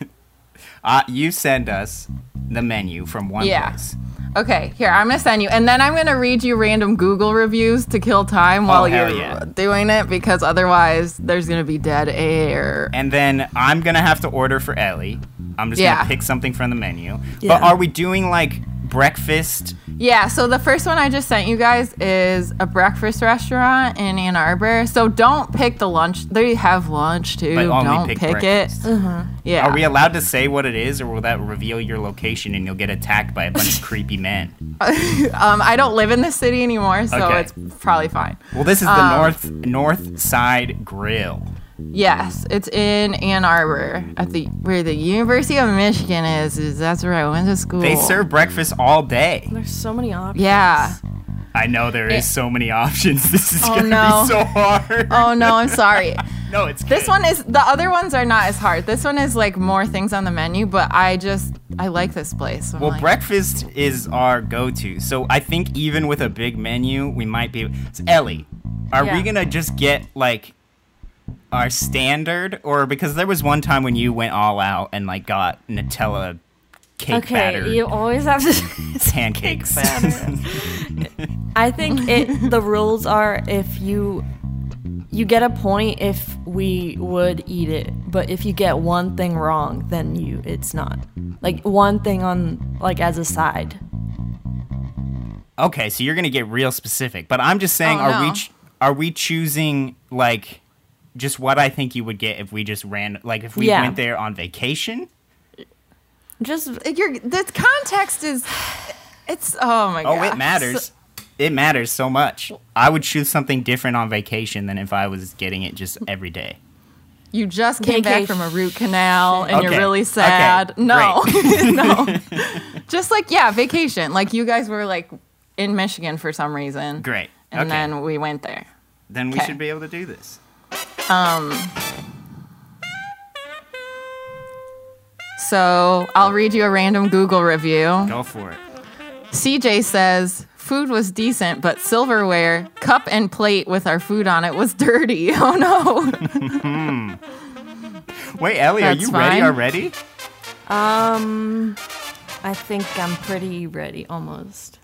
[SPEAKER 1] uh, you send us the menu from one
[SPEAKER 3] Yeah.
[SPEAKER 1] place.
[SPEAKER 3] Okay, here, I'm gonna send you. And then I'm gonna read you random Google reviews to kill time while
[SPEAKER 1] Oh, hell
[SPEAKER 3] you're
[SPEAKER 1] yeah.
[SPEAKER 3] doing it because otherwise there's gonna be dead air.
[SPEAKER 1] And then I'm gonna have to order for Ellie. I'm just
[SPEAKER 3] Yeah.
[SPEAKER 1] gonna pick something from the menu.
[SPEAKER 2] Yeah.
[SPEAKER 1] But are we doing like breakfast?
[SPEAKER 3] Yeah, so the first one I just sent you guys is a breakfast restaurant in Ann Arbor. So don't pick the lunch. They have lunch too.
[SPEAKER 1] But only
[SPEAKER 3] don't
[SPEAKER 1] pick
[SPEAKER 3] pick,
[SPEAKER 1] breakfast.
[SPEAKER 3] it. Yeah.
[SPEAKER 1] Are we allowed to say what it is, or will that reveal your location and you'll get attacked by a bunch of creepy men?
[SPEAKER 3] um, I don't live in the city anymore, so
[SPEAKER 1] Okay.
[SPEAKER 3] it's probably fine.
[SPEAKER 1] Well, this is the
[SPEAKER 3] Um,
[SPEAKER 1] North North Side Grill.
[SPEAKER 3] Yes, it's in Ann Arbor at the where the University of Michigan is. Is that's where I went to school.
[SPEAKER 1] They serve breakfast all day.
[SPEAKER 2] There's so many options.
[SPEAKER 3] Yeah.
[SPEAKER 1] I know there is so many options. This is
[SPEAKER 3] Oh,
[SPEAKER 1] gonna
[SPEAKER 3] no.
[SPEAKER 1] be so hard.
[SPEAKER 3] Oh no, I'm sorry.
[SPEAKER 1] no, it's
[SPEAKER 3] This
[SPEAKER 1] good.
[SPEAKER 3] one is the other ones are not as hard. This one is like more things on the menu, but I just I like this place. I'm
[SPEAKER 1] Well,
[SPEAKER 3] like-
[SPEAKER 1] breakfast is our go-to, so I think even with a big menu, we might be. So, Ellie, are we
[SPEAKER 2] Yeah.
[SPEAKER 1] gonna just get like our standard, or because there was one time when you went all out and like got Nutella cake
[SPEAKER 2] Okay,
[SPEAKER 1] batter
[SPEAKER 2] you always have to.
[SPEAKER 1] pancakes?
[SPEAKER 2] I think it. The rules are if you you get a point if we would eat it, but if you get one thing wrong, then you it's not like one thing on like as a side.
[SPEAKER 1] okay, so you're gonna get real specific, but I'm just saying,
[SPEAKER 3] Oh,
[SPEAKER 1] are we
[SPEAKER 3] no.
[SPEAKER 1] ch- are we choosing like just what I think you would get if we just ran like if we
[SPEAKER 2] Yeah.
[SPEAKER 1] went there on vacation?
[SPEAKER 2] Just
[SPEAKER 3] Your the context is it's oh my
[SPEAKER 1] Oh,
[SPEAKER 3] god.
[SPEAKER 1] it matters. It matters so much. I would choose something different on vacation than if I was getting it just every day.
[SPEAKER 3] You just came back
[SPEAKER 2] Vacation.
[SPEAKER 3] from a root canal and
[SPEAKER 1] Okay,
[SPEAKER 3] you're really
[SPEAKER 1] okay,
[SPEAKER 3] sad. No. no. Just like yeah, vacation. Like you guys were like in Michigan for some reason.
[SPEAKER 1] Great.
[SPEAKER 3] And
[SPEAKER 1] okay. Then,
[SPEAKER 3] then we went there.
[SPEAKER 1] we
[SPEAKER 3] okay.
[SPEAKER 1] should be able to do this.
[SPEAKER 3] So, I'll read you a random Google review.
[SPEAKER 1] Go for it.
[SPEAKER 3] CJ says, Food was decent, but silverware, cup, and plate with our food on it was dirty. Oh no.
[SPEAKER 1] Wait, Ellie, are
[SPEAKER 3] That's
[SPEAKER 1] you ready
[SPEAKER 3] fine.
[SPEAKER 1] already?
[SPEAKER 2] um, I think I'm pretty ready almost.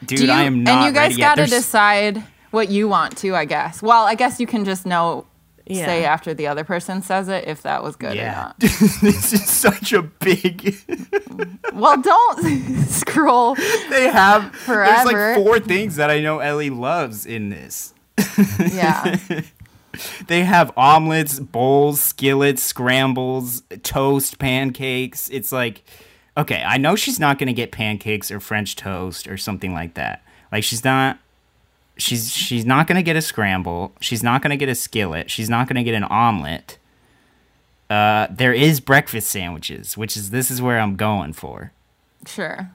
[SPEAKER 1] Dude,
[SPEAKER 3] Do you-
[SPEAKER 1] I am not
[SPEAKER 3] And you guys
[SPEAKER 1] ready yet.
[SPEAKER 3] got to
[SPEAKER 1] There's-
[SPEAKER 3] decide what you want to, I guess. Well, I guess you can just know,
[SPEAKER 2] Yeah.
[SPEAKER 3] say after the other person says it if that was good or
[SPEAKER 1] Yeah.
[SPEAKER 3] not.
[SPEAKER 1] this is such a big.
[SPEAKER 3] Well, don't scroll.
[SPEAKER 1] they have.
[SPEAKER 3] Forever.
[SPEAKER 1] There's like four things that I know Ellie loves in this.
[SPEAKER 3] Yeah.
[SPEAKER 1] They have omelets, bowls, skillets, scrambles, toast, pancakes. It's like, okay, I know she's not gonna get pancakes or French toast or something like that. Like she's not. She's she's not gonna get a scramble. She's not gonna get a skillet. She's not gonna get an omelet. Uh, there is breakfast sandwiches, which is this is where I'm going for.
[SPEAKER 3] Sure.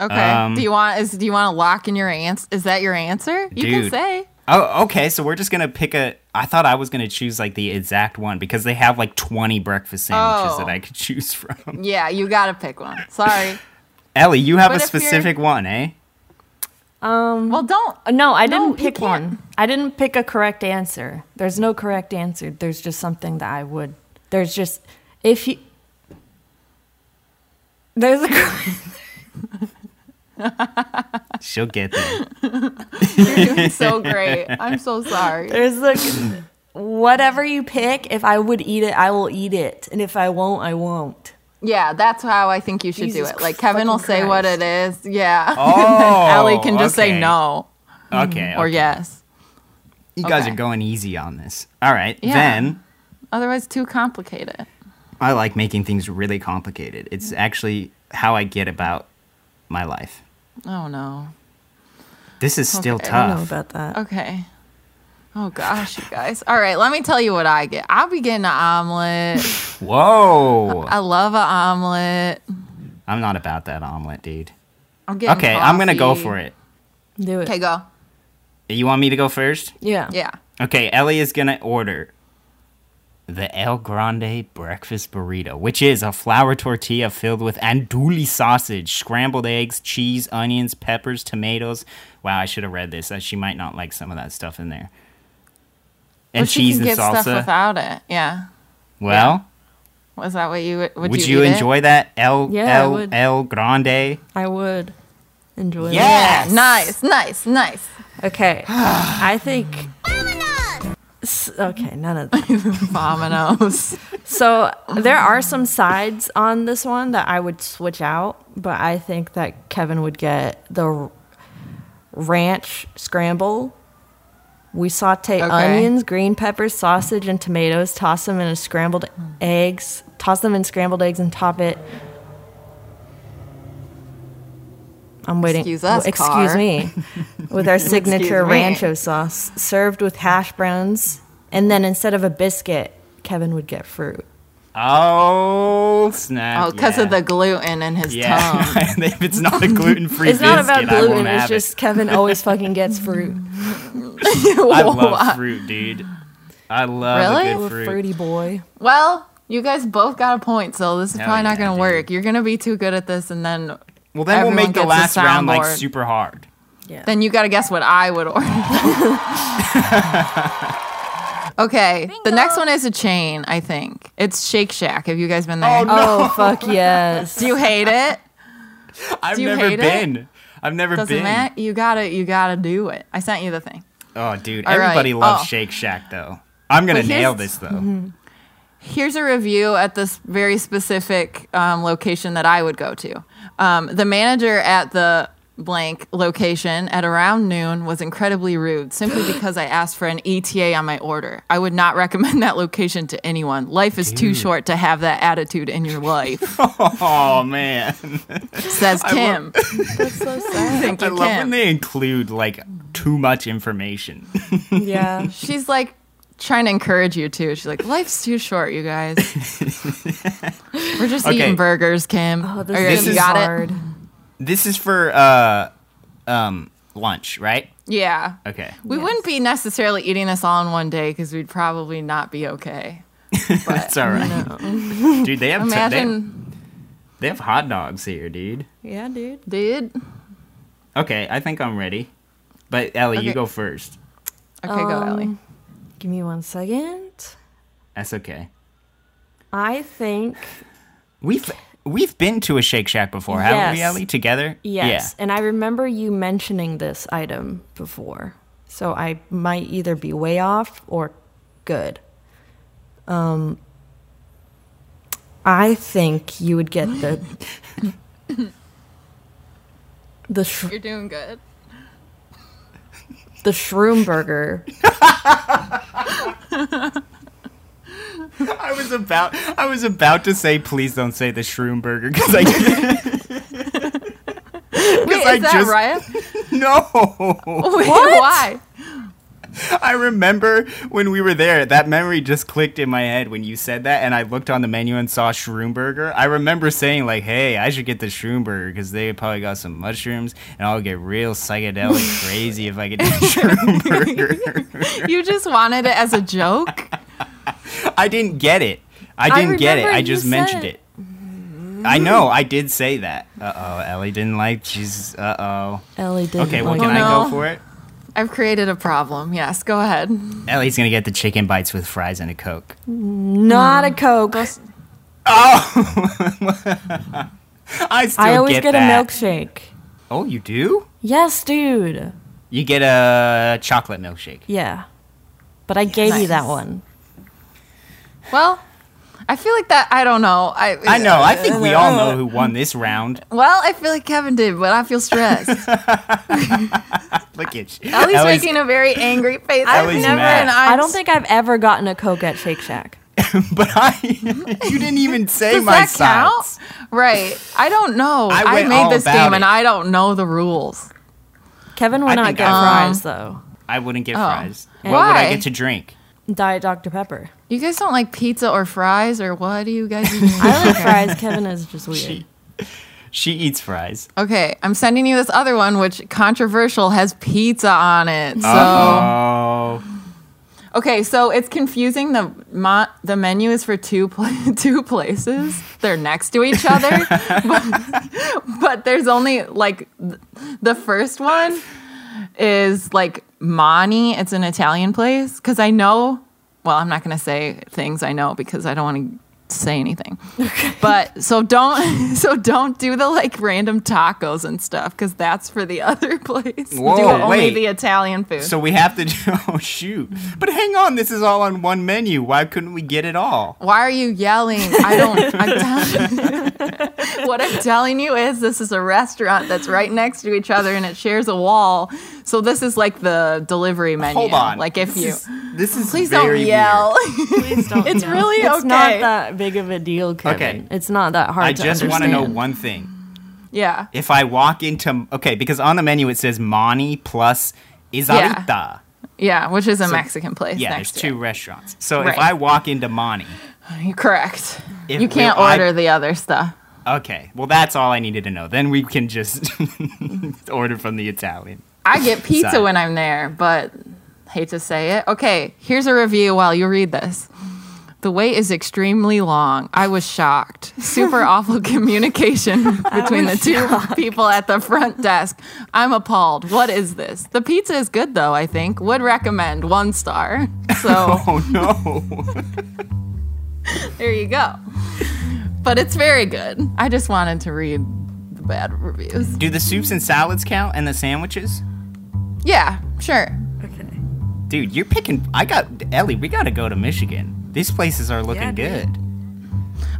[SPEAKER 3] Okay.
[SPEAKER 1] Um,
[SPEAKER 3] do you want is do you want to lock in your answer? Is that your answer? You can
[SPEAKER 1] Dude.
[SPEAKER 3] say.
[SPEAKER 1] Oh, okay. So we're just gonna pick a. I thought I was gonna choose like the exact one because they have like 20 breakfast sandwiches
[SPEAKER 3] Oh.
[SPEAKER 1] that I could choose from.
[SPEAKER 3] Yeah, you got to pick one. Sorry.
[SPEAKER 1] Ellie, you have
[SPEAKER 3] But
[SPEAKER 1] a
[SPEAKER 3] if you're-
[SPEAKER 1] specific one, eh?
[SPEAKER 3] well, don't.
[SPEAKER 2] Uh, No, I
[SPEAKER 3] No,
[SPEAKER 2] didn't
[SPEAKER 3] you
[SPEAKER 2] pick
[SPEAKER 3] can't.
[SPEAKER 2] one. I didn't pick a correct answer. There's no correct answer. There's just something that I would. There's just if you. There's a. cor-
[SPEAKER 1] She'll get there.
[SPEAKER 3] You're doing so great. I'm so sorry.
[SPEAKER 2] There's like whatever you pick. If I would eat it, I will eat it, and if I won't, I won't.
[SPEAKER 3] Yeah, that's how I think you should
[SPEAKER 2] Jesus
[SPEAKER 3] do it. Like Kevin will
[SPEAKER 2] fucking
[SPEAKER 3] say what
[SPEAKER 2] Christ.
[SPEAKER 3] it is. Yeah.
[SPEAKER 1] Oh,
[SPEAKER 3] Allie can just
[SPEAKER 1] okay.
[SPEAKER 3] say no Mm-hmm.
[SPEAKER 1] Okay.
[SPEAKER 3] or
[SPEAKER 1] okay.
[SPEAKER 3] yes.
[SPEAKER 1] You guys
[SPEAKER 3] okay.
[SPEAKER 1] are going easy on this. All right.
[SPEAKER 3] Yeah.
[SPEAKER 1] Then
[SPEAKER 3] Otherwise, too complicated.
[SPEAKER 1] I like making things really complicated. It's
[SPEAKER 3] Mm.
[SPEAKER 1] actually how I get about my life.
[SPEAKER 3] Oh no.
[SPEAKER 1] This is still
[SPEAKER 3] Okay.
[SPEAKER 2] I don't know
[SPEAKER 1] tough.
[SPEAKER 2] about that.
[SPEAKER 3] Okay. Oh gosh, you guys. All right, let me tell you what I get. I'll be getting an omelet.
[SPEAKER 1] Whoa.
[SPEAKER 3] I love an omelet.
[SPEAKER 1] I'm not about that omelet, dude.
[SPEAKER 3] I'm getting.
[SPEAKER 1] Okay, I'm going to go
[SPEAKER 3] coffee.
[SPEAKER 1] for it.
[SPEAKER 2] Do it.
[SPEAKER 3] Okay, go.
[SPEAKER 1] You want me to go first?
[SPEAKER 2] Yeah.
[SPEAKER 3] Yeah.
[SPEAKER 1] Okay, Ellie is gonna order the El Grande breakfast burrito, which is a flour tortilla filled with andouille sausage, scrambled eggs, cheese, onions, peppers, tomatoes. Wow, I should have read this. Uh, She might not like some of that stuff in there. And
[SPEAKER 3] But she
[SPEAKER 1] cheese and
[SPEAKER 3] can get stuff
[SPEAKER 1] salsa.
[SPEAKER 3] without it. Yeah.
[SPEAKER 1] Well,
[SPEAKER 3] Was that what you would? Would,
[SPEAKER 1] Would you,
[SPEAKER 3] eat it?
[SPEAKER 1] enjoy that? El
[SPEAKER 2] Yeah, I
[SPEAKER 1] El
[SPEAKER 2] would.
[SPEAKER 1] El Grande.
[SPEAKER 2] I would enjoy
[SPEAKER 1] Yeah.
[SPEAKER 2] that.
[SPEAKER 1] Yes.
[SPEAKER 3] Nice, nice, nice.
[SPEAKER 2] Okay. I think. S- Okay, none of that.
[SPEAKER 3] Vominos.
[SPEAKER 2] So
[SPEAKER 3] Oh
[SPEAKER 2] there are some sides on this one that I would switch out, but I think that Kevin would get the r- ranch scramble. We saute onions, green peppers, sausage, and tomatoes. Toss them in a scrambled eggs. Toss them in scrambled eggs and top it. I'm waiting.
[SPEAKER 3] Excuse us,
[SPEAKER 2] Excuse
[SPEAKER 3] car.
[SPEAKER 2] me. With our signature
[SPEAKER 3] me.
[SPEAKER 2] rancho sauce, served with hash browns, and then instead of a biscuit, Kevin would get fruit.
[SPEAKER 1] Oh snap!
[SPEAKER 3] Oh, because of
[SPEAKER 1] yeah.
[SPEAKER 3] the gluten in his tongue.
[SPEAKER 1] Yeah, if it's not a gluten free,
[SPEAKER 2] It's not about
[SPEAKER 1] I won't
[SPEAKER 2] gluten. It's
[SPEAKER 1] have
[SPEAKER 2] just Kevin always fucking gets fruit.
[SPEAKER 1] it. I love fruit, dude. I love
[SPEAKER 3] Really?
[SPEAKER 1] a
[SPEAKER 2] Little
[SPEAKER 1] good fruit.
[SPEAKER 2] fruity boy.
[SPEAKER 3] Well, you guys both got a point, so this is
[SPEAKER 1] Hell
[SPEAKER 3] probably not
[SPEAKER 1] yeah,
[SPEAKER 3] going to
[SPEAKER 1] dude.
[SPEAKER 3] work. You're going to be too good at this, and then
[SPEAKER 1] Well, then
[SPEAKER 3] Everyone
[SPEAKER 1] we'll make the last
[SPEAKER 3] gets a
[SPEAKER 1] round like
[SPEAKER 3] soundboard.
[SPEAKER 1] super hard.
[SPEAKER 3] then you got to guess what I would order. okay, the next one is a chain. I think it's Shake Shack. Have you guys been there?
[SPEAKER 2] Oh fuck yes.
[SPEAKER 3] Do you hate it?
[SPEAKER 1] I've
[SPEAKER 3] Do you
[SPEAKER 1] never
[SPEAKER 3] hate it?
[SPEAKER 1] been. I've never
[SPEAKER 3] Doesn't
[SPEAKER 1] been.
[SPEAKER 3] matter. You gotta, you gotta do it. I sent you the thing.
[SPEAKER 1] Oh, dude,
[SPEAKER 3] All right.
[SPEAKER 1] everybody loves
[SPEAKER 3] Oh.
[SPEAKER 1] Shake Shack though. I'm gonna
[SPEAKER 3] But here's- Mhm.
[SPEAKER 1] nail this though.
[SPEAKER 3] Here's a review at this very specific um, location that I would go to. Um, the manager at the blank location at around noon was incredibly rude simply because I asked for an ETA on my order. I would not recommend that location to anyone. Life is too short to have that attitude in your life,
[SPEAKER 1] Oh man,
[SPEAKER 3] says Kim.
[SPEAKER 2] so sad.
[SPEAKER 3] Thank
[SPEAKER 1] I
[SPEAKER 3] you,
[SPEAKER 1] love when
[SPEAKER 3] Kim.
[SPEAKER 1] they include like too much information.
[SPEAKER 2] Yeah.
[SPEAKER 3] She's like trying to encourage you too. She's like, life's too short, you guys. We're just
[SPEAKER 1] Okay.
[SPEAKER 3] eating burgers, Kim.
[SPEAKER 2] Oh,
[SPEAKER 3] Are you-
[SPEAKER 2] this
[SPEAKER 1] is
[SPEAKER 3] you
[SPEAKER 2] is
[SPEAKER 3] got
[SPEAKER 2] hard.
[SPEAKER 1] This is for uh, um, lunch, right?
[SPEAKER 3] it? Yeah.
[SPEAKER 1] Okay.
[SPEAKER 3] We wouldn't be necessarily eating this all in one day because we'd probably not be okay.
[SPEAKER 1] That's all right, dude. They have, t- they have-
[SPEAKER 3] Imagine,
[SPEAKER 1] they have hot dogs here, dude.
[SPEAKER 2] Yeah, dude.
[SPEAKER 3] dude.
[SPEAKER 1] Okay, I think I'm ready. But Ellie, you
[SPEAKER 3] Okay.
[SPEAKER 1] go first.
[SPEAKER 3] Okay, go,
[SPEAKER 2] Um,
[SPEAKER 3] Ellie.
[SPEAKER 2] Give me one second.
[SPEAKER 1] That's okay.
[SPEAKER 2] I think
[SPEAKER 1] We've we've been to a Shake Shack before, haven't we,
[SPEAKER 2] Yes.
[SPEAKER 1] Ellie? Together?
[SPEAKER 2] yes, and I remember you mentioning this item before, so I might either be way off or good. Um, I think you would get the the sh-
[SPEAKER 3] You're doing good.
[SPEAKER 2] the shroom burger.
[SPEAKER 1] Yeah. I was about I was about to say please don't say the shroom burger because I
[SPEAKER 3] Wait, is
[SPEAKER 1] I
[SPEAKER 3] that
[SPEAKER 1] just-
[SPEAKER 3] right?
[SPEAKER 1] no.
[SPEAKER 3] Wait, Why?
[SPEAKER 1] I remember when we were there, that memory just clicked in my head when you said that and I looked on the menu and saw shroom burger. I remember saying like, "Hey, I should get the shroom burger cuz they probably got some mushrooms and I'll get real psychedelic crazy if I get the shroom burger."
[SPEAKER 3] You just wanted it as a joke?
[SPEAKER 1] I didn't get it. I didn't get it.
[SPEAKER 2] remember
[SPEAKER 1] I
[SPEAKER 2] you
[SPEAKER 1] just
[SPEAKER 2] said
[SPEAKER 1] mentioned
[SPEAKER 2] it.
[SPEAKER 1] it. I know. I did say that. Uh oh. Ellie didn't like. Jesus. Uh oh.
[SPEAKER 2] Ellie did.
[SPEAKER 1] Okay. Well,
[SPEAKER 2] like
[SPEAKER 1] can
[SPEAKER 2] it.
[SPEAKER 1] I
[SPEAKER 3] no.
[SPEAKER 1] go for it?
[SPEAKER 3] I've created a problem. Yes, go ahead.
[SPEAKER 1] Ellie's gonna get the chicken bites with fries and a coke.
[SPEAKER 2] Not a coke.
[SPEAKER 1] Oh! I still
[SPEAKER 2] I always get, a
[SPEAKER 1] that.
[SPEAKER 2] milkshake.
[SPEAKER 1] Oh, you do?
[SPEAKER 2] Yes, dude.
[SPEAKER 1] You get a chocolate milkshake.
[SPEAKER 2] Yeah, but I gave you that one.
[SPEAKER 3] Well, I feel like that. I don't know. I,
[SPEAKER 1] I know. I think we all know who won this round.
[SPEAKER 3] Well, I feel like Kevin did, but I feel stressed.
[SPEAKER 1] Look at you.
[SPEAKER 3] Ellie's
[SPEAKER 1] Ellie's-
[SPEAKER 3] making a very angry face.
[SPEAKER 1] Ellie's mad.
[SPEAKER 3] and
[SPEAKER 2] I
[SPEAKER 3] I'm
[SPEAKER 2] don't think I've ever gotten a coke at Shake Shack.
[SPEAKER 1] but I, you didn't even say
[SPEAKER 3] Does
[SPEAKER 1] my
[SPEAKER 3] that count?
[SPEAKER 1] sides.
[SPEAKER 3] Right. I don't know.
[SPEAKER 1] I
[SPEAKER 3] I,
[SPEAKER 1] went all
[SPEAKER 3] made this
[SPEAKER 1] about
[SPEAKER 3] game and
[SPEAKER 1] it.
[SPEAKER 3] I don't know the rules.
[SPEAKER 2] Kevin would
[SPEAKER 1] I
[SPEAKER 2] not
[SPEAKER 1] think
[SPEAKER 2] get
[SPEAKER 1] I-
[SPEAKER 2] fries though.
[SPEAKER 1] I wouldn't get fries. What would I
[SPEAKER 3] Why?
[SPEAKER 1] get to drink?
[SPEAKER 2] Diet Dr Pepper.
[SPEAKER 3] You guys don't like pizza or fries or what do you guys even
[SPEAKER 2] I like fries. Kevin is just weird.
[SPEAKER 1] She eats fries.
[SPEAKER 3] Okay, I'm sending you this other one which controversial has pizza on it. So
[SPEAKER 1] Oh.
[SPEAKER 3] Okay, so it's confusing. The mo- the menu is for two pla two places. They're next to each other, but, but there's only like th- the first one is like Mani. It's an Italian place because I know. Well, I'm not gonna say things I know because I don't want to say anything. But so don't so don't do the like random tacos and stuff because that's for the other place. do
[SPEAKER 1] Whoa,
[SPEAKER 3] only
[SPEAKER 1] wait.
[SPEAKER 3] the Italian food.
[SPEAKER 1] So we have to do. Oh shoot! But hang on, this is all on one menu. Why couldn't we get it all?
[SPEAKER 3] Why are you yelling? I don't. I'm telling what I'm telling you is this is a restaurant that's right next to each other and it shares a wall. So this is like the delivery menu.
[SPEAKER 1] Hold on.
[SPEAKER 3] Like if
[SPEAKER 1] This
[SPEAKER 3] you
[SPEAKER 1] is- this is
[SPEAKER 3] please
[SPEAKER 1] very
[SPEAKER 3] don't yell.
[SPEAKER 2] Please don't.
[SPEAKER 3] It's
[SPEAKER 2] no.
[SPEAKER 3] really
[SPEAKER 2] it's not
[SPEAKER 3] okay.
[SPEAKER 2] that big of a deal, Kevin.
[SPEAKER 1] Okay.
[SPEAKER 2] It's not that hard.
[SPEAKER 1] Weird. I
[SPEAKER 2] to
[SPEAKER 1] just
[SPEAKER 2] want
[SPEAKER 1] want to know one thing.
[SPEAKER 3] yeah.
[SPEAKER 1] If I walk into okay, because on the menu it says Mani plus Izarita. Yeah,
[SPEAKER 3] Yeah. Which is a Mexican place.
[SPEAKER 1] there's
[SPEAKER 3] next to
[SPEAKER 1] two restaurants. So if
[SPEAKER 3] Right.
[SPEAKER 1] I walk into Mani,
[SPEAKER 3] it. You're correct.
[SPEAKER 1] if
[SPEAKER 3] You can't
[SPEAKER 1] will I-
[SPEAKER 3] order the other stuff.
[SPEAKER 1] okay, well that's all I needed to know. Then we can just order from the Italian.
[SPEAKER 3] I get pizza
[SPEAKER 1] Sorry.
[SPEAKER 3] when I'm there, but hate to say it. Okay, here's a review while you read this. The wait is extremely long. I was shocked. Super awful communication between the two people at the front desk. I'm appalled. What is this? The pizza is good though, I think. Would recommend one star. So
[SPEAKER 1] Oh no!
[SPEAKER 3] there you go. But it's very good. I just wanted to read the bad reviews.
[SPEAKER 1] do the soups and salads count and the sandwiches?
[SPEAKER 3] Yeah, sure.
[SPEAKER 2] Okay.
[SPEAKER 1] Dude, you're picking. I got Ellie. We gotta go to Michigan. These places are looking
[SPEAKER 2] Yeah,
[SPEAKER 1] good.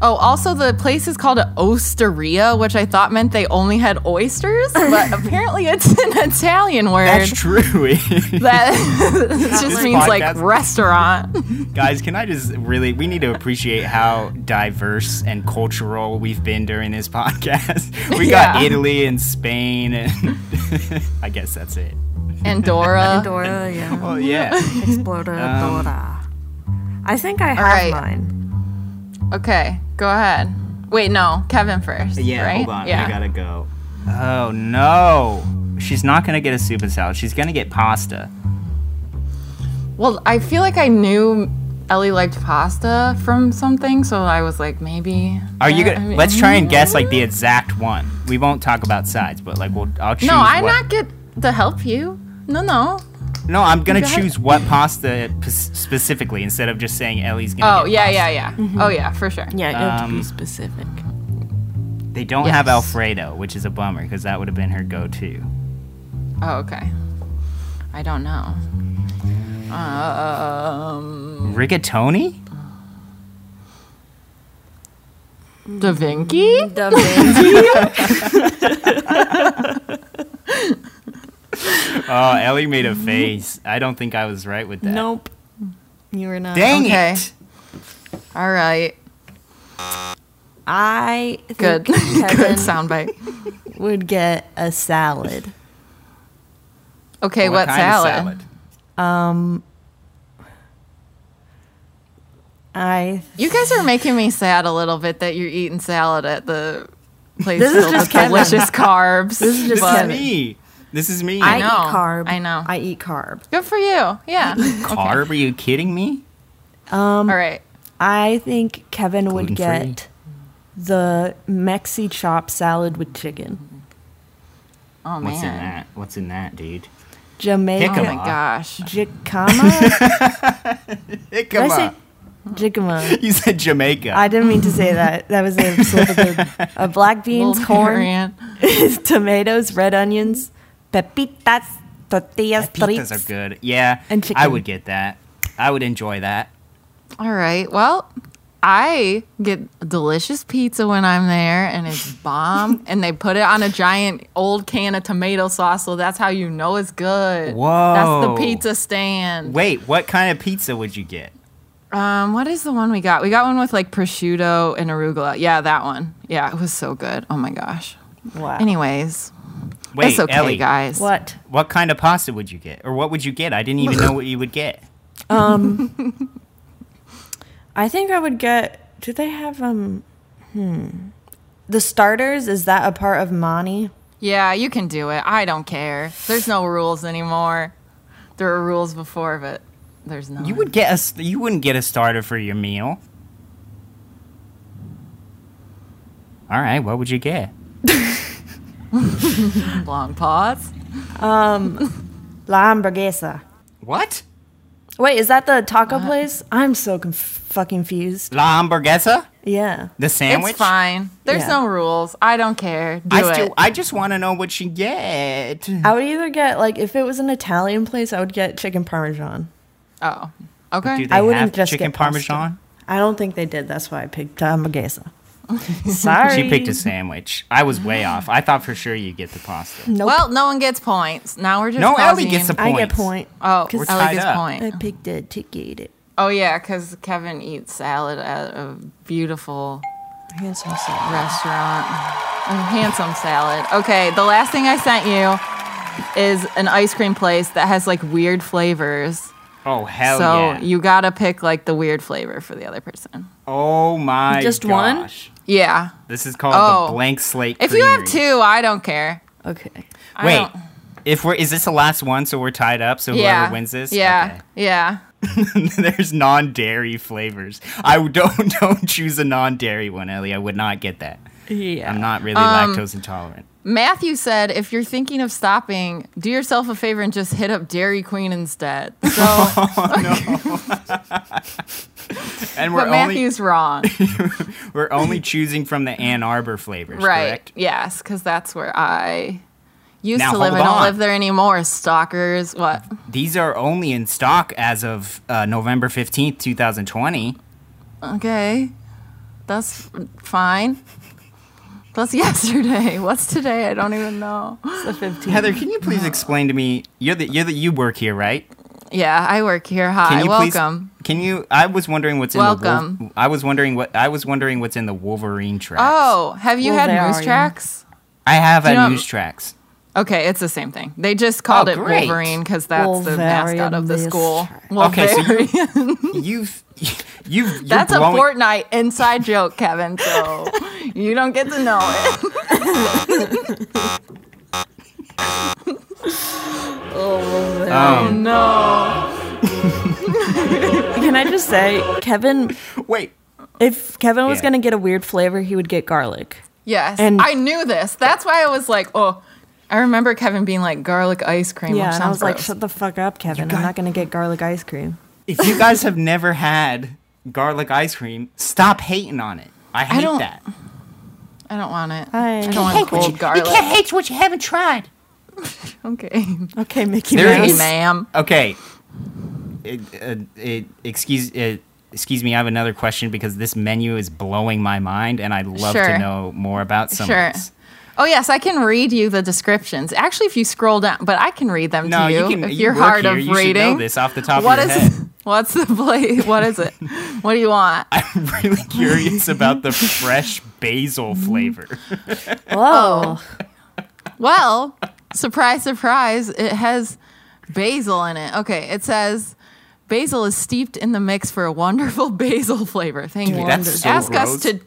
[SPEAKER 3] Oh, also the place is called Osteria, which I thought meant they only had oysters, but apparently it's an Italian word
[SPEAKER 1] That's true.
[SPEAKER 3] that just
[SPEAKER 1] This
[SPEAKER 3] means like
[SPEAKER 1] podcast-
[SPEAKER 3] restaurant.
[SPEAKER 1] Guys, can I just really? We need to appreciate how diverse and cultural we've been during this podcast. We got
[SPEAKER 3] Yeah.
[SPEAKER 1] Italy and Spain, and I guess that's it.
[SPEAKER 3] Andorra.
[SPEAKER 2] Dora, yeah.
[SPEAKER 1] Well, yeah.
[SPEAKER 2] Explorer Dora. I think I have
[SPEAKER 3] right.
[SPEAKER 2] mine.
[SPEAKER 3] Okay, go ahead. Wait, no, Kevin first.
[SPEAKER 1] Yeah,
[SPEAKER 3] right?
[SPEAKER 1] hold on. I gotta go. Oh no. She's not gonna get a soup and salad. She's gonna get pasta.
[SPEAKER 3] Well, I feel like I knew Ellie liked pasta from something, so I was like, maybe.
[SPEAKER 1] Are you
[SPEAKER 3] Yeah,
[SPEAKER 1] gonna?
[SPEAKER 3] I mean- mm-hmm.
[SPEAKER 1] let's try and guess like the exact one. We won't talk about sides, but like we'll. I'll choose.
[SPEAKER 3] No, I'm
[SPEAKER 1] what-
[SPEAKER 3] not get to help you. No, no.
[SPEAKER 1] No, I'm gonna
[SPEAKER 3] Go ahead.
[SPEAKER 1] choose what pasta p- specifically instead of just saying Ellie's gonna.
[SPEAKER 3] Oh,
[SPEAKER 1] get
[SPEAKER 3] yeah,
[SPEAKER 1] pasta.
[SPEAKER 3] yeah, yeah.
[SPEAKER 1] Mm-hmm.
[SPEAKER 3] Oh, yeah, for sure.
[SPEAKER 2] Yeah, you have to
[SPEAKER 1] Um,
[SPEAKER 2] be specific.
[SPEAKER 1] They don't have
[SPEAKER 3] Yes.
[SPEAKER 1] Alfredo, which is a bummer because that would have been her go-to.
[SPEAKER 3] Oh, okay. I don't know. Um,
[SPEAKER 1] Rigatoni?
[SPEAKER 3] Da Vinci?
[SPEAKER 1] Oh, Ellie made a face. I don't think I was right with that.
[SPEAKER 2] nope. You were not.
[SPEAKER 1] Dang
[SPEAKER 3] Okay.
[SPEAKER 1] it!
[SPEAKER 3] All right.
[SPEAKER 2] I think
[SPEAKER 3] Good. Good
[SPEAKER 2] Kevin
[SPEAKER 3] soundbite.
[SPEAKER 2] would get a salad.
[SPEAKER 3] Okay, what,
[SPEAKER 1] kind of
[SPEAKER 3] salad?
[SPEAKER 2] I.
[SPEAKER 3] You guys are making me sad a little bit that you're eating salad at the place
[SPEAKER 2] This is
[SPEAKER 3] filled
[SPEAKER 2] just
[SPEAKER 3] with
[SPEAKER 2] Kevin.
[SPEAKER 3] delicious carbs. This is
[SPEAKER 2] just
[SPEAKER 1] This is
[SPEAKER 2] Salad.
[SPEAKER 1] me. This is me.
[SPEAKER 2] I
[SPEAKER 3] know.
[SPEAKER 2] eat carb.
[SPEAKER 3] I know.
[SPEAKER 2] I eat carb.
[SPEAKER 3] Good for you. Yeah.
[SPEAKER 1] Carb? Are you kidding me?
[SPEAKER 2] Um,
[SPEAKER 3] All right.
[SPEAKER 2] I think Kevin would
[SPEAKER 1] Gluten-free.
[SPEAKER 2] get the Mexi chop salad with chicken.
[SPEAKER 3] Oh
[SPEAKER 1] What's in
[SPEAKER 3] man.
[SPEAKER 1] that? What's in that, dude?
[SPEAKER 3] Oh
[SPEAKER 1] Jicama.
[SPEAKER 2] Jamaica
[SPEAKER 3] my gosh.
[SPEAKER 2] jicama. Did I say
[SPEAKER 1] Jicama.
[SPEAKER 2] jicama?
[SPEAKER 1] You said Jamaica.
[SPEAKER 2] I didn't mean to say that. That was a slip of the uh, black beans,
[SPEAKER 3] Little
[SPEAKER 2] corn,
[SPEAKER 3] variant.
[SPEAKER 2] tomatoes, red onions, pepitas, tortillas,
[SPEAKER 1] Pizzas are
[SPEAKER 2] fritas.
[SPEAKER 1] good. Yeah.
[SPEAKER 2] And
[SPEAKER 1] I
[SPEAKER 2] chicken.
[SPEAKER 1] would get that. I would enjoy that.
[SPEAKER 3] All right. Well, I get delicious pizza when I'm there, and it's bomb. and they put it on a giant old can of tomato sauce, so that's how you know it's good. That's
[SPEAKER 1] Whoa.
[SPEAKER 3] the pizza stand.
[SPEAKER 1] Wait, what kind of pizza would you get?
[SPEAKER 3] Um, what is the one we got? We got one with like prosciutto and arugula. Yeah, that one. Yeah, it was so good. Oh my gosh.
[SPEAKER 2] Wow.
[SPEAKER 3] Anyways,
[SPEAKER 1] Wait,
[SPEAKER 3] it's okay,
[SPEAKER 1] Ellie,
[SPEAKER 3] guys.
[SPEAKER 2] What?
[SPEAKER 1] What kind of pasta would you get? Or what would you get? I didn't even know what you would get.
[SPEAKER 2] I think I would get. Do they have um? Hmm. The starters is that a part of Mani?
[SPEAKER 3] Yeah, you can do it. I don't care. There's no rules anymore. There were rules before, but there's no.
[SPEAKER 1] You would get a s- you wouldn't get a starter for your meal. All right, what would you get?
[SPEAKER 3] long pause.
[SPEAKER 2] La hamburguesa.
[SPEAKER 1] What?
[SPEAKER 2] Wait, is that the taco place? I'm so conf- fucking confused.
[SPEAKER 1] La hamburguesa?
[SPEAKER 2] Yeah.
[SPEAKER 1] The sandwich?
[SPEAKER 3] It's fine. There's
[SPEAKER 2] Yeah.
[SPEAKER 3] no rules. I don't care. Do
[SPEAKER 1] I
[SPEAKER 3] it.
[SPEAKER 1] still I just want to know what you get.
[SPEAKER 2] I would either get like if it was an Italian place, I would get chicken parmesan.
[SPEAKER 3] Oh, okay.
[SPEAKER 1] Do they
[SPEAKER 2] I wouldn't
[SPEAKER 1] have
[SPEAKER 2] just
[SPEAKER 1] chicken
[SPEAKER 2] get pasta.
[SPEAKER 1] parmesan?
[SPEAKER 2] I don't think they did. That's why I picked hamburguesa. Sorry.
[SPEAKER 1] She picked a sandwich. I was way off. I thought for sure you'd get the pasta.
[SPEAKER 2] Nope.
[SPEAKER 3] Well, no one gets points. Now we're just
[SPEAKER 1] No, Ellie
[SPEAKER 3] causing-
[SPEAKER 1] gets a
[SPEAKER 2] I get
[SPEAKER 1] points.
[SPEAKER 2] point.
[SPEAKER 3] Oh,
[SPEAKER 2] We're
[SPEAKER 3] Ellie
[SPEAKER 1] tied
[SPEAKER 3] gets
[SPEAKER 1] up.
[SPEAKER 2] I
[SPEAKER 3] point.
[SPEAKER 2] picked a ticket.
[SPEAKER 3] Oh yeah, because Kevin eats salad at a beautiful
[SPEAKER 2] Handsome salad.
[SPEAKER 3] restaurant. A handsome salad. Okay, the last thing I sent you is an ice cream place that has like weird flavors.
[SPEAKER 1] Oh hell
[SPEAKER 3] so
[SPEAKER 1] yeah.
[SPEAKER 3] you gotta pick like the weird flavor for the other person.
[SPEAKER 1] oh my
[SPEAKER 2] Just one?
[SPEAKER 1] gosh.
[SPEAKER 3] Yeah.
[SPEAKER 1] This is called
[SPEAKER 3] Oh.
[SPEAKER 1] the blank slate.
[SPEAKER 3] If you have
[SPEAKER 1] Creamery.
[SPEAKER 3] two, I don't care.
[SPEAKER 2] Okay.
[SPEAKER 3] I
[SPEAKER 1] Wait.
[SPEAKER 3] don't-
[SPEAKER 1] If we're is this the last one so we're tied up so
[SPEAKER 3] yeah.
[SPEAKER 1] whoever wins this?
[SPEAKER 3] Yeah. Yeah.
[SPEAKER 1] Okay. There's non-dairy flavors. I don't don't choose a non-dairy one, Ellie. I would not get that.
[SPEAKER 2] Yeah.
[SPEAKER 1] I'm not really
[SPEAKER 3] Um,
[SPEAKER 1] lactose intolerant.
[SPEAKER 3] Matthew said, if you're thinking of stopping, do yourself a favor and just hit up Dairy Queen instead. So,
[SPEAKER 1] And we're
[SPEAKER 3] but
[SPEAKER 1] only
[SPEAKER 3] Matthew's wrong.
[SPEAKER 1] we're only choosing from the Ann Arbor flavors,
[SPEAKER 3] right.
[SPEAKER 1] correct?
[SPEAKER 3] Yes, because that's where I used
[SPEAKER 1] Now,
[SPEAKER 3] to live.
[SPEAKER 1] hold
[SPEAKER 3] I don't
[SPEAKER 1] on.
[SPEAKER 3] live there anymore, stalkers. What?
[SPEAKER 1] These are only in stock as of uh, November 15th, 2020.
[SPEAKER 3] Okay. That's fine. That's yesterday. What's today? I don't even know.
[SPEAKER 2] The 15.
[SPEAKER 1] Heather, can you please explain to me? You're the you're the you work here, right?
[SPEAKER 3] Yeah, I work here. Hi.
[SPEAKER 1] Can you
[SPEAKER 3] Welcome.
[SPEAKER 1] Please, can you? I was wondering what's in the.
[SPEAKER 3] Welcome.
[SPEAKER 1] Wolf, I was wondering what I was wondering what's in the Wolverine tracks.
[SPEAKER 3] Oh, have you
[SPEAKER 2] Well, there
[SPEAKER 3] had
[SPEAKER 2] are
[SPEAKER 3] moose
[SPEAKER 2] you.
[SPEAKER 3] tracks?
[SPEAKER 1] I have
[SPEAKER 3] you
[SPEAKER 1] at
[SPEAKER 3] know-
[SPEAKER 1] news tracks.
[SPEAKER 3] Okay, it's the same thing. They just called
[SPEAKER 1] Oh,
[SPEAKER 3] it
[SPEAKER 1] great.
[SPEAKER 3] Wolverine because that's the mascot of the
[SPEAKER 2] Wolverine.
[SPEAKER 3] school.
[SPEAKER 1] Okay, so you-
[SPEAKER 3] Wolverine.
[SPEAKER 1] You've you've you're
[SPEAKER 3] Hmm. that's a
[SPEAKER 1] blowing-
[SPEAKER 3] Fortnite inside joke, Kevin. So you don't get to know it.
[SPEAKER 1] Um,
[SPEAKER 3] No.
[SPEAKER 2] Can I just say, Kevin,
[SPEAKER 1] wait,
[SPEAKER 2] if Kevin was
[SPEAKER 1] Yeah.
[SPEAKER 2] going to get a weird flavor, he would get garlic.
[SPEAKER 3] Yes,
[SPEAKER 2] And-
[SPEAKER 3] I knew this. That's why I was like, oh. I remember Kevin being like garlic ice cream.
[SPEAKER 2] Yeah,
[SPEAKER 3] which
[SPEAKER 2] and I was
[SPEAKER 3] sounds
[SPEAKER 2] like,
[SPEAKER 3] gross.
[SPEAKER 2] shut the fuck up, Kevin. I'm
[SPEAKER 1] got-
[SPEAKER 2] not going to get garlic ice cream.
[SPEAKER 1] if you guys have never had garlic ice cream, stop hating on it. I hate
[SPEAKER 3] don't-
[SPEAKER 1] that.
[SPEAKER 3] I don't want it.
[SPEAKER 2] I-
[SPEAKER 3] I, don't want cold garlic.
[SPEAKER 1] hate what you haven't tried.
[SPEAKER 3] Okay,
[SPEAKER 2] Okay, Mickey
[SPEAKER 1] There
[SPEAKER 2] Mouse.
[SPEAKER 1] is-
[SPEAKER 3] Hey, ma'am.
[SPEAKER 1] Okay. It, uh, it, excuse uh, excuse me. I have another question because this menu is blowing my mind, and I'd love
[SPEAKER 3] Sure.
[SPEAKER 1] to know more about some.
[SPEAKER 3] Sure.
[SPEAKER 1] Of this.
[SPEAKER 3] Oh yes, I can read you the descriptions. Actually, if you scroll down, but I can read them
[SPEAKER 1] No,
[SPEAKER 3] to
[SPEAKER 1] you
[SPEAKER 3] you.
[SPEAKER 1] can-
[SPEAKER 3] if
[SPEAKER 1] you
[SPEAKER 3] you're
[SPEAKER 1] work
[SPEAKER 3] hard
[SPEAKER 1] here,
[SPEAKER 3] of
[SPEAKER 1] you should know
[SPEAKER 3] reading.
[SPEAKER 1] this off the top of
[SPEAKER 3] What
[SPEAKER 1] your
[SPEAKER 3] is-
[SPEAKER 1] head.
[SPEAKER 3] What's the play? What is it? what do you want?
[SPEAKER 1] I'm really curious about the fresh basil flavor.
[SPEAKER 2] Whoa.
[SPEAKER 3] Well, surprise, surprise, it has basil in it. Okay, it says basil is steeped in the mix for a wonderful basil flavor. Thank you.
[SPEAKER 1] that's so
[SPEAKER 3] ask us
[SPEAKER 1] gross.
[SPEAKER 3] to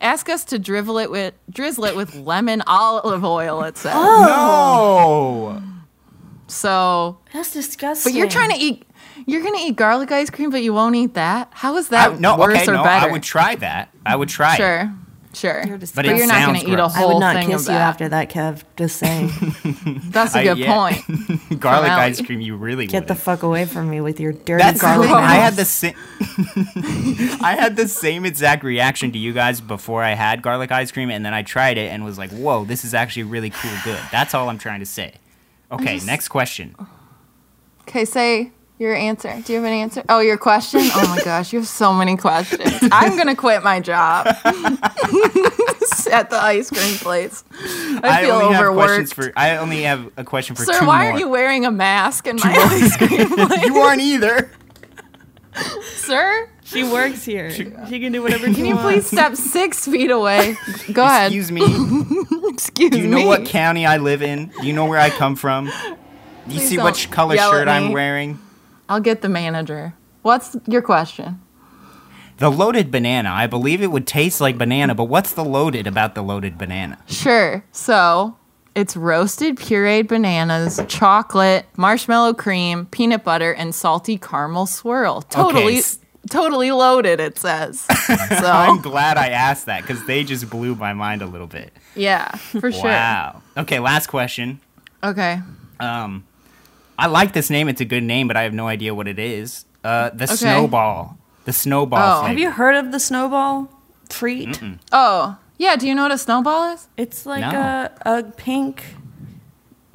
[SPEAKER 3] ask us to drizzle it with drizzle it with lemon olive oil. It says
[SPEAKER 2] Oh,
[SPEAKER 1] No.
[SPEAKER 3] so.
[SPEAKER 2] That's disgusting.
[SPEAKER 3] But you're trying to eat. You're gonna eat garlic ice cream, but you won't eat that. How is
[SPEAKER 1] I,
[SPEAKER 3] that
[SPEAKER 1] no.
[SPEAKER 3] worse
[SPEAKER 1] Okay.
[SPEAKER 3] or
[SPEAKER 1] No.
[SPEAKER 3] better?
[SPEAKER 1] I would try that. I would try. it.
[SPEAKER 3] sure, sure.
[SPEAKER 2] You're
[SPEAKER 3] but
[SPEAKER 2] disgusting. But it
[SPEAKER 3] you're not gonna
[SPEAKER 1] sounds
[SPEAKER 3] eat a
[SPEAKER 1] gross.
[SPEAKER 2] I
[SPEAKER 3] whole
[SPEAKER 2] would not
[SPEAKER 3] thing
[SPEAKER 2] kiss
[SPEAKER 3] of
[SPEAKER 2] you
[SPEAKER 3] that.
[SPEAKER 2] after that, Kev. Just saying.
[SPEAKER 3] That's
[SPEAKER 1] I-
[SPEAKER 3] a good
[SPEAKER 1] yeah.
[SPEAKER 3] point.
[SPEAKER 1] Garlic
[SPEAKER 3] Come out.
[SPEAKER 1] ice cream. You really
[SPEAKER 2] Get the
[SPEAKER 1] wouldn't.
[SPEAKER 2] fuck away from me with your dirty
[SPEAKER 1] That's
[SPEAKER 2] garlic.
[SPEAKER 1] the thing. I
[SPEAKER 2] mouth.
[SPEAKER 1] had the same. I had the same exact reaction to you guys before I had garlic ice cream, and then I tried it and was like, "Whoa, this is actually really cool, good." That's all I'm trying to say. Okay, next question.
[SPEAKER 3] Okay, say your answer. Do you have an answer? Oh, your question? Oh my gosh, you have so many questions. I'm gonna quit my job at the ice cream place. I feel
[SPEAKER 1] only have
[SPEAKER 3] overworked.
[SPEAKER 1] questions for. I only have a question for
[SPEAKER 3] Sir,
[SPEAKER 1] two
[SPEAKER 3] why
[SPEAKER 1] more.
[SPEAKER 3] aren't you wearing a mask in my ice cream place?
[SPEAKER 1] You aren't either.
[SPEAKER 3] Sir,
[SPEAKER 2] She works here. She can do whatever
[SPEAKER 3] can you please step six feet away? Go ahead.
[SPEAKER 1] Excuse me.
[SPEAKER 3] Excuse
[SPEAKER 1] Do you know
[SPEAKER 3] me.
[SPEAKER 1] what county I live in? Do you know where I come from? Do you
[SPEAKER 3] Please
[SPEAKER 1] see
[SPEAKER 3] don't
[SPEAKER 1] which color
[SPEAKER 3] yell at
[SPEAKER 1] shirt I'm
[SPEAKER 3] me.
[SPEAKER 1] wearing?
[SPEAKER 3] I'll get the manager. What's your question?
[SPEAKER 1] The loaded banana. I believe it would taste like banana, but what's the loaded about the loaded banana?
[SPEAKER 3] Sure. So it's roasted pureed bananas, chocolate, marshmallow cream, peanut butter, and salty caramel swirl. Totally,
[SPEAKER 1] s-
[SPEAKER 3] totally loaded. It says.
[SPEAKER 1] I'm
[SPEAKER 3] So
[SPEAKER 1] glad I asked that because they just blew my mind a little bit.
[SPEAKER 3] yeah, for sure.
[SPEAKER 1] Wow. Okay, last question.
[SPEAKER 3] Okay.
[SPEAKER 1] I like this name. It's a good name, but I have no idea what it is. Uh, the
[SPEAKER 3] Okay.
[SPEAKER 1] snowball. The snowball.
[SPEAKER 3] Oh.
[SPEAKER 2] Have you heard of the snowball treat?
[SPEAKER 3] Oh, yeah. Do you know what a snowball is?
[SPEAKER 2] It's like
[SPEAKER 1] No.
[SPEAKER 2] a, a pink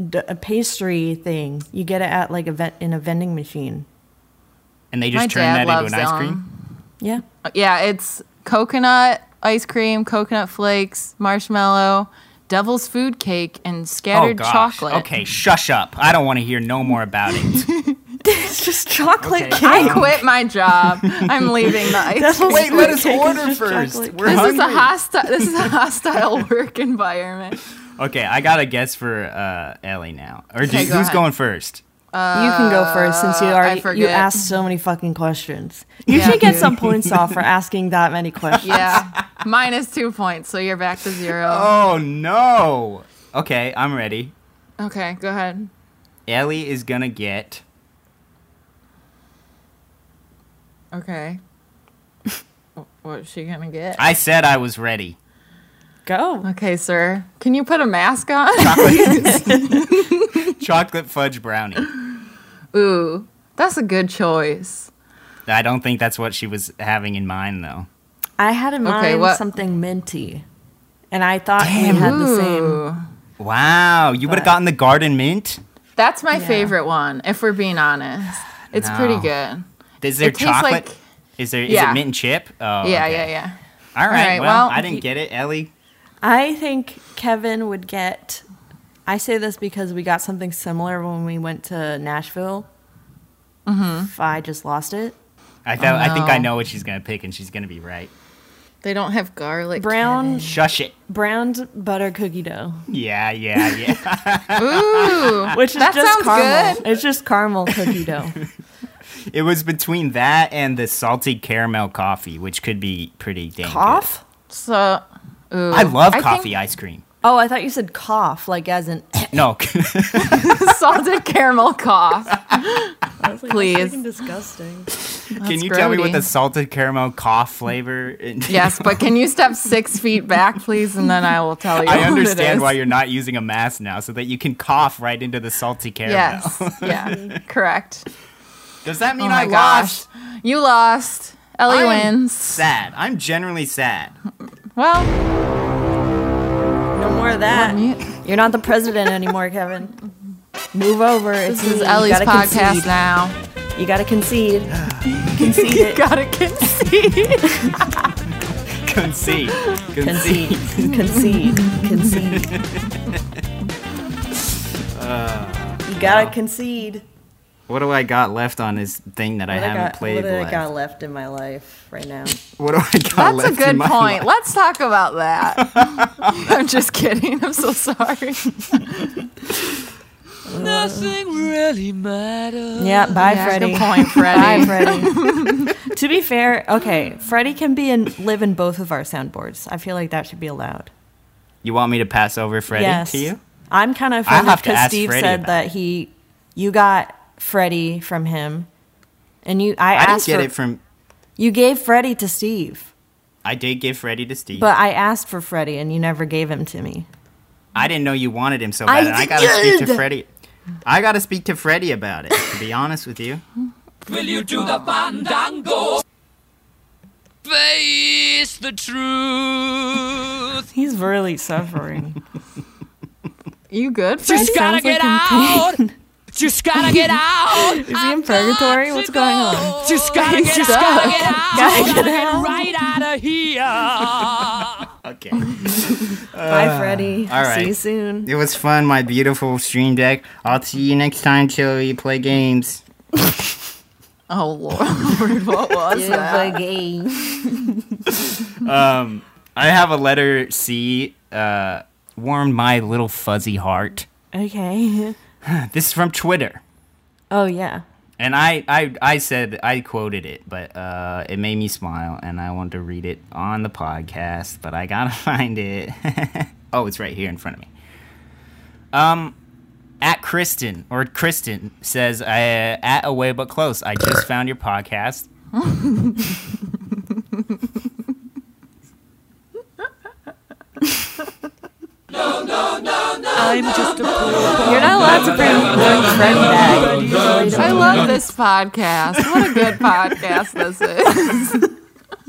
[SPEAKER 2] d- a pastry thing. You get it at like a vet in a vending machine.
[SPEAKER 1] And they
[SPEAKER 3] My
[SPEAKER 1] just turn
[SPEAKER 3] dad
[SPEAKER 1] that into an
[SPEAKER 3] loves um,
[SPEAKER 1] ice
[SPEAKER 3] them.
[SPEAKER 1] cream.
[SPEAKER 2] Yeah.
[SPEAKER 3] Yeah, it's coconut ice cream, coconut flakes, marshmallow, devil's food cake, and
[SPEAKER 1] Oh
[SPEAKER 3] scattered
[SPEAKER 1] gosh.
[SPEAKER 3] chocolate.
[SPEAKER 1] Okay, shush up. I don't want to hear no more about it.
[SPEAKER 2] it's just chocolate
[SPEAKER 1] Okay.
[SPEAKER 2] cake.
[SPEAKER 3] I quit my job. I'm leaving the ice cream.
[SPEAKER 1] Wait, let us
[SPEAKER 2] Cake is
[SPEAKER 1] order
[SPEAKER 2] just
[SPEAKER 1] first.
[SPEAKER 2] chocolate
[SPEAKER 1] We're
[SPEAKER 3] This is a
[SPEAKER 1] hungry.
[SPEAKER 3] hostile. This is a hostile work environment.
[SPEAKER 1] Okay, I got a guess for uh, Ellie now. Or do,
[SPEAKER 3] Okay, go
[SPEAKER 1] who's
[SPEAKER 3] ahead.
[SPEAKER 1] going first?
[SPEAKER 2] you can go first since you already you
[SPEAKER 3] uh, forget.
[SPEAKER 2] asked so many fucking questions. You
[SPEAKER 3] Yeah,
[SPEAKER 2] should get
[SPEAKER 3] dude.
[SPEAKER 2] some points off for asking that many questions.
[SPEAKER 3] Yeah, minus two points, so you're back to zero.
[SPEAKER 1] Oh no. Okay, I'm ready.
[SPEAKER 3] Okay, go ahead.
[SPEAKER 1] Ellie is gonna get
[SPEAKER 3] Okay. What's she gonna get?
[SPEAKER 1] I said I was ready.
[SPEAKER 2] Go.
[SPEAKER 3] Okay, sir. Can you put a mask on?
[SPEAKER 1] Chocolate fudge brownie.
[SPEAKER 3] Ooh, that's a good choice.
[SPEAKER 1] I don't think that's what she was having in mind though.
[SPEAKER 2] I had in mind
[SPEAKER 3] Okay, what-
[SPEAKER 2] something minty. And I thought
[SPEAKER 1] Damn.
[SPEAKER 2] we had the same.
[SPEAKER 3] Ooh.
[SPEAKER 1] Wow, you would have gotten the garden mint?
[SPEAKER 3] That's my
[SPEAKER 2] Yeah.
[SPEAKER 3] favorite one, if we're being honest. It's pretty
[SPEAKER 1] No.
[SPEAKER 3] good.
[SPEAKER 1] Is there
[SPEAKER 3] It tastes
[SPEAKER 1] chocolate?
[SPEAKER 3] like-
[SPEAKER 1] is there is
[SPEAKER 3] Yeah.
[SPEAKER 1] it mint and chip? Oh,
[SPEAKER 3] Yeah,
[SPEAKER 1] okay.
[SPEAKER 3] yeah, yeah.
[SPEAKER 1] All right,
[SPEAKER 3] right,
[SPEAKER 1] well,
[SPEAKER 3] well,
[SPEAKER 1] I didn't get it, Ellie.
[SPEAKER 2] I think Kevin would get I say this because we got something similar when we went to Nashville.
[SPEAKER 3] Mm-hmm.
[SPEAKER 2] If I just lost it.
[SPEAKER 1] I felt, I think
[SPEAKER 3] Oh, no.
[SPEAKER 1] I know what she's gonna pick, and she's gonna be right.
[SPEAKER 3] They don't have garlic.
[SPEAKER 2] Brown
[SPEAKER 1] Shush it.
[SPEAKER 2] browned butter cookie dough.
[SPEAKER 1] Yeah, yeah, yeah.
[SPEAKER 3] Ooh.
[SPEAKER 2] Which is
[SPEAKER 3] That
[SPEAKER 2] just
[SPEAKER 3] sounds
[SPEAKER 2] caramel. It's just caramel cookie dough.
[SPEAKER 1] it was between that and the salty caramel coffee, which could be pretty dang. good.
[SPEAKER 2] Cough?
[SPEAKER 3] So, ooh.
[SPEAKER 1] I love
[SPEAKER 3] think
[SPEAKER 1] coffee ice cream.
[SPEAKER 2] Oh, I thought you said cough, like as in
[SPEAKER 1] No,
[SPEAKER 3] salted caramel cough. Please.
[SPEAKER 2] Please. disgusting.
[SPEAKER 1] can you tell me what
[SPEAKER 3] grody.
[SPEAKER 1] the salted caramel cough flavor? is?
[SPEAKER 3] Yes, but can you step six feet back, please, and then I will tell you.
[SPEAKER 1] I
[SPEAKER 3] what it
[SPEAKER 1] understand
[SPEAKER 3] is.
[SPEAKER 1] why you're not using a mask now, so that you can cough right into the salty caramel.
[SPEAKER 3] Yes. Yeah. Correct.
[SPEAKER 1] Does that mean
[SPEAKER 3] Oh
[SPEAKER 1] I
[SPEAKER 3] my
[SPEAKER 1] lost?
[SPEAKER 3] gosh. You lost. Ellie
[SPEAKER 1] I'm
[SPEAKER 3] wins.
[SPEAKER 1] Sad. I'm generally sad.
[SPEAKER 3] Well,
[SPEAKER 2] No more of that. You're not the president anymore, Kevin. Move over. It's
[SPEAKER 3] this is
[SPEAKER 2] me.
[SPEAKER 3] Ellie's
[SPEAKER 2] you gotta
[SPEAKER 3] podcast
[SPEAKER 2] Concede.
[SPEAKER 1] Oh,
[SPEAKER 3] now.
[SPEAKER 2] You gotta concede. concede it.
[SPEAKER 3] Gotta concede.
[SPEAKER 1] Concede. Concede.
[SPEAKER 2] concede. concede. Concede.
[SPEAKER 1] Uh,
[SPEAKER 2] you gotta concede.
[SPEAKER 1] What do I got left on this thing that I
[SPEAKER 2] What
[SPEAKER 1] haven't
[SPEAKER 2] got,
[SPEAKER 1] played
[SPEAKER 2] what do I
[SPEAKER 1] left?
[SPEAKER 2] got left in my life right now?
[SPEAKER 1] What do I got
[SPEAKER 3] That's
[SPEAKER 1] left?
[SPEAKER 3] a good
[SPEAKER 1] in my
[SPEAKER 3] point.
[SPEAKER 1] life?
[SPEAKER 3] Let's talk about that. I'm just kidding. I'm so sorry.
[SPEAKER 2] Yeah, bye,
[SPEAKER 3] Yeah,
[SPEAKER 2] Freddie.
[SPEAKER 3] Good point,
[SPEAKER 2] Bye,
[SPEAKER 3] Freddie.
[SPEAKER 2] Freddie. to be fair, okay, Freddie can be in live in both of our soundboards. I feel like that should be allowed.
[SPEAKER 1] You want me to pass over Freddy
[SPEAKER 2] yes.
[SPEAKER 1] to you?
[SPEAKER 2] I'm kind of
[SPEAKER 1] I'll
[SPEAKER 2] offended
[SPEAKER 1] have to
[SPEAKER 2] because
[SPEAKER 1] ask
[SPEAKER 2] Steve
[SPEAKER 1] Freddie
[SPEAKER 2] said
[SPEAKER 1] about
[SPEAKER 2] that he, you got Freddie from him, and you. I,
[SPEAKER 1] I didn't
[SPEAKER 2] asked
[SPEAKER 1] get
[SPEAKER 2] for-
[SPEAKER 1] it from.
[SPEAKER 2] You gave Freddie to Steve,
[SPEAKER 1] I did give Freddy to Steve.
[SPEAKER 2] but I asked for Freddie, and you never gave him to me.
[SPEAKER 1] I didn't know you wanted him so bad. and I gotta speak to Freddie. I gotta speak to Freddie about it. To be honest with you,
[SPEAKER 5] Will you do the fandango? Face the truth.
[SPEAKER 2] He's really suffering.
[SPEAKER 3] You good?
[SPEAKER 5] Just
[SPEAKER 3] Freddie?
[SPEAKER 5] gotta get out. Just gotta get out. Is
[SPEAKER 2] he in purgatory? What's going on?
[SPEAKER 5] Just gotta get
[SPEAKER 3] He's
[SPEAKER 5] out. Gotta
[SPEAKER 3] stuck.
[SPEAKER 5] get out.
[SPEAKER 2] Gotta
[SPEAKER 5] Gotta
[SPEAKER 2] get
[SPEAKER 5] get
[SPEAKER 2] out.
[SPEAKER 5] right out of here.
[SPEAKER 1] okay.
[SPEAKER 2] Bye, Freddie.
[SPEAKER 1] Uh, all right.
[SPEAKER 2] See you soon.
[SPEAKER 1] It was fun, my beautiful stream deck. I'll see you next time till we play games.
[SPEAKER 3] Oh Lord, what was that?
[SPEAKER 1] I have a letter C. Uh, warmed my little fuzzy heart.
[SPEAKER 2] Okay.
[SPEAKER 1] This is from Twitter.
[SPEAKER 2] Oh yeah.
[SPEAKER 1] And I, I, I said I quoted it, but uh, it made me smile, and I wanted to read it on the podcast, but I gotta find it. oh, it's right here in front of me. Um, at Kristen or Kristen says, uh, "At away but close." I just found your podcast.
[SPEAKER 2] You're not allowed That's a pretty good friend bag. Usually
[SPEAKER 3] I
[SPEAKER 2] don't-
[SPEAKER 3] love this podcast. What a good podcast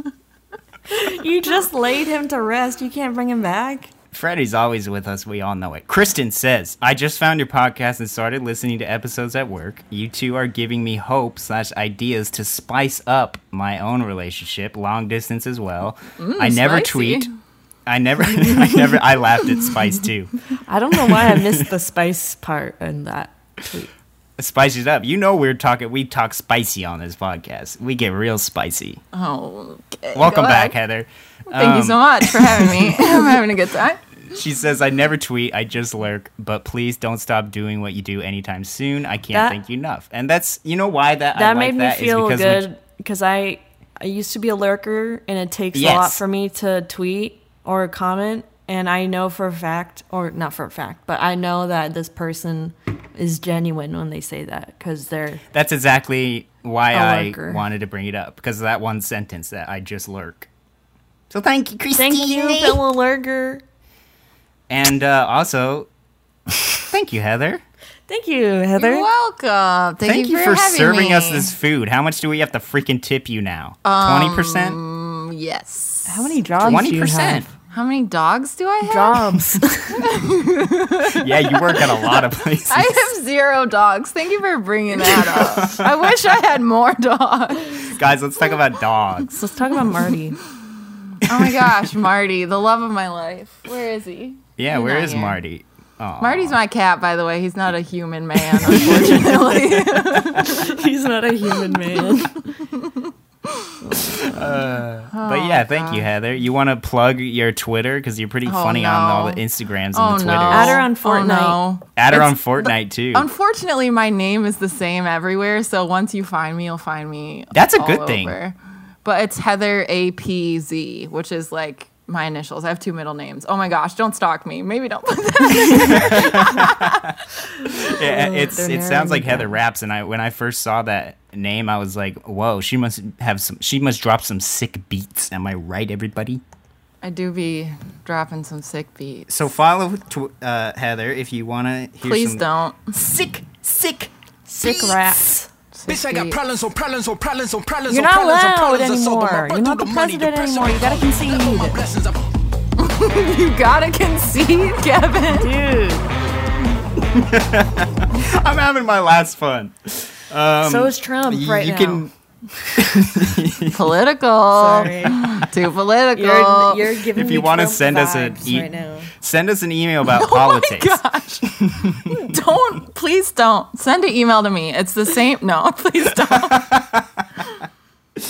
[SPEAKER 3] this is.
[SPEAKER 2] You just laid him to rest. You can't bring him back.
[SPEAKER 1] Freddie's always with us. We all know it. Kristen says, I just found your podcast and started listening to episodes at work. You two are giving me hope slash ideas to spice up my own relationship, long distance as well. I never
[SPEAKER 3] spicy.
[SPEAKER 1] tweet. I never, I never, I laughed at spice too.
[SPEAKER 2] I don't know why I missed the spice part in that tweet.
[SPEAKER 1] Spices up. You know, we're talking, we talk spicy on this podcast. We get real spicy.
[SPEAKER 3] Oh, okay,
[SPEAKER 1] Welcome
[SPEAKER 3] go
[SPEAKER 1] back,
[SPEAKER 3] ahead.
[SPEAKER 1] Heather.
[SPEAKER 3] Thank you so much for having me. I'm having a good time.
[SPEAKER 1] She says, I never tweet, I just lurk, but please don't stop doing what you do anytime soon. I can't
[SPEAKER 2] That-
[SPEAKER 1] thank you enough. And that's, you know, why that, I
[SPEAKER 2] That
[SPEAKER 1] like
[SPEAKER 2] made
[SPEAKER 1] that is
[SPEAKER 2] me feel
[SPEAKER 1] because when-
[SPEAKER 2] good because I I used to be a lurker, and it takes a lot
[SPEAKER 1] Yes.
[SPEAKER 2] for me to tweet or comment. And I know for a fact, or not for a fact, but I know that this person is genuine when they say that because they're
[SPEAKER 1] that's exactly why
[SPEAKER 2] A
[SPEAKER 1] I
[SPEAKER 2] lurker.
[SPEAKER 1] wanted to bring it up because of that one sentence that I just lurk. So thank you, Christine.
[SPEAKER 2] thank you, fellow lurker.
[SPEAKER 1] And uh, also, thank you, Heather.
[SPEAKER 2] Thank you, Heather.
[SPEAKER 3] You're welcome. Thank,
[SPEAKER 1] Thank you for,
[SPEAKER 3] having
[SPEAKER 1] serving
[SPEAKER 3] me. Um,
[SPEAKER 1] us this food. How much do we have to freaking tip you now? Twenty percent.
[SPEAKER 3] Yes.
[SPEAKER 2] How many jobs? do
[SPEAKER 1] Twenty
[SPEAKER 2] you have?
[SPEAKER 1] percent.
[SPEAKER 3] How many dogs do I have?
[SPEAKER 2] Jobs.
[SPEAKER 1] Yeah, you work at a lot of places.
[SPEAKER 3] I have zero dogs. Thank you for bringing that up. I wish I had more dogs.
[SPEAKER 1] Guys, let's talk about dogs.
[SPEAKER 2] Let's talk about Marty.
[SPEAKER 3] Oh my gosh, Marty, the love of my life. Where is he?
[SPEAKER 1] Yeah, where
[SPEAKER 3] not
[SPEAKER 1] is
[SPEAKER 3] here.
[SPEAKER 1] Marty? Aw.
[SPEAKER 3] Marty's my cat, by the way. He's not a human man, unfortunately. Oh,
[SPEAKER 2] He's not a human man.
[SPEAKER 3] Oh,
[SPEAKER 1] But yeah, thank you, Heather. You want to plug your Twitter because you're pretty
[SPEAKER 3] Oh,
[SPEAKER 1] funny on all
[SPEAKER 3] no.
[SPEAKER 1] the Instagrams and
[SPEAKER 3] oh
[SPEAKER 1] the Twitters.
[SPEAKER 3] no.
[SPEAKER 2] Add her on
[SPEAKER 3] Oh, no.
[SPEAKER 1] Add her on
[SPEAKER 3] It's-
[SPEAKER 1] Fortnite too.
[SPEAKER 3] Unfortunately, my name is the same everywhere. So once you find me, you'll find me.
[SPEAKER 1] That's a
[SPEAKER 3] all
[SPEAKER 1] good thing.
[SPEAKER 3] over. But it's Heather A P Z, which is like my initials. I have two middle names. Oh my gosh, don't stalk me. Maybe don't. put that-
[SPEAKER 1] Yeah, it's
[SPEAKER 2] they're
[SPEAKER 1] it sounds
[SPEAKER 2] narrowing
[SPEAKER 1] like
[SPEAKER 2] it
[SPEAKER 1] Heather Raps, and I when I first saw that name, I was like, whoa, she must have some. She must drop some sick beats. Am I right, everybody?
[SPEAKER 3] I do be dropping some sick beats.
[SPEAKER 1] So follow tw- uh, Heather if you want to hear
[SPEAKER 3] Please
[SPEAKER 1] some
[SPEAKER 3] don't.
[SPEAKER 1] sick, sick.
[SPEAKER 2] Sick rats.
[SPEAKER 3] Sick
[SPEAKER 6] Bitch, I got
[SPEAKER 3] beat.
[SPEAKER 6] problems on problems on problems on problems
[SPEAKER 2] You're
[SPEAKER 6] on
[SPEAKER 2] not
[SPEAKER 6] problems on
[SPEAKER 2] allowed
[SPEAKER 6] problems oh, on sober. My
[SPEAKER 2] anymore.
[SPEAKER 6] birth
[SPEAKER 2] You're not the
[SPEAKER 6] through money,
[SPEAKER 2] president
[SPEAKER 6] depression,
[SPEAKER 2] anymore. You gotta
[SPEAKER 6] all my
[SPEAKER 2] concede.
[SPEAKER 6] blessings, I'm-
[SPEAKER 3] You gotta concede, Kevin.
[SPEAKER 2] Dude.
[SPEAKER 1] I'm having my last fun.
[SPEAKER 2] so is Trump right
[SPEAKER 1] you
[SPEAKER 2] now.
[SPEAKER 1] can
[SPEAKER 3] Political.
[SPEAKER 2] Sorry.
[SPEAKER 3] Too political. Oh
[SPEAKER 2] You're, you're giving
[SPEAKER 1] If you
[SPEAKER 2] me
[SPEAKER 1] wanna
[SPEAKER 2] Trump
[SPEAKER 1] send us an
[SPEAKER 2] vibes
[SPEAKER 1] e-
[SPEAKER 2] right now.
[SPEAKER 1] send us an email about
[SPEAKER 3] Oh
[SPEAKER 1] politics.
[SPEAKER 3] Gosh. don't. Please don't. Send an email to me. It's the same. No, please don't.
[SPEAKER 1] We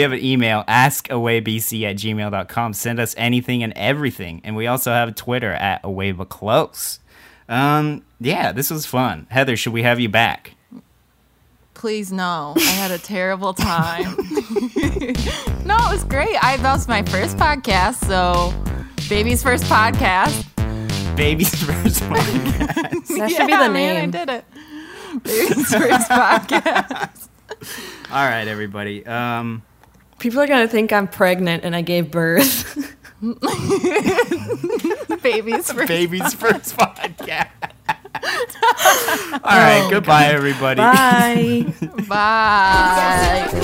[SPEAKER 1] have an email, askawaybc at gmail.com. Send us anything and everything. And we also have Twitter at awaybaclose. Um, yeah, this was fun. Heather, should we have you back?
[SPEAKER 3] Please no. I had a terrible time. no, it was great. I that was my first podcast, so baby's first podcast.
[SPEAKER 1] Baby's first one.
[SPEAKER 2] That should be the
[SPEAKER 3] Oh,
[SPEAKER 2] name.
[SPEAKER 3] man, I did it. Baby's first podcast.
[SPEAKER 1] All right, everybody. Um,
[SPEAKER 2] People are gonna think I'm pregnant and I gave birth.
[SPEAKER 3] Baby's first.
[SPEAKER 1] baby's first podcast. All right, goodbye, everybody.
[SPEAKER 2] Bye.
[SPEAKER 3] Bye.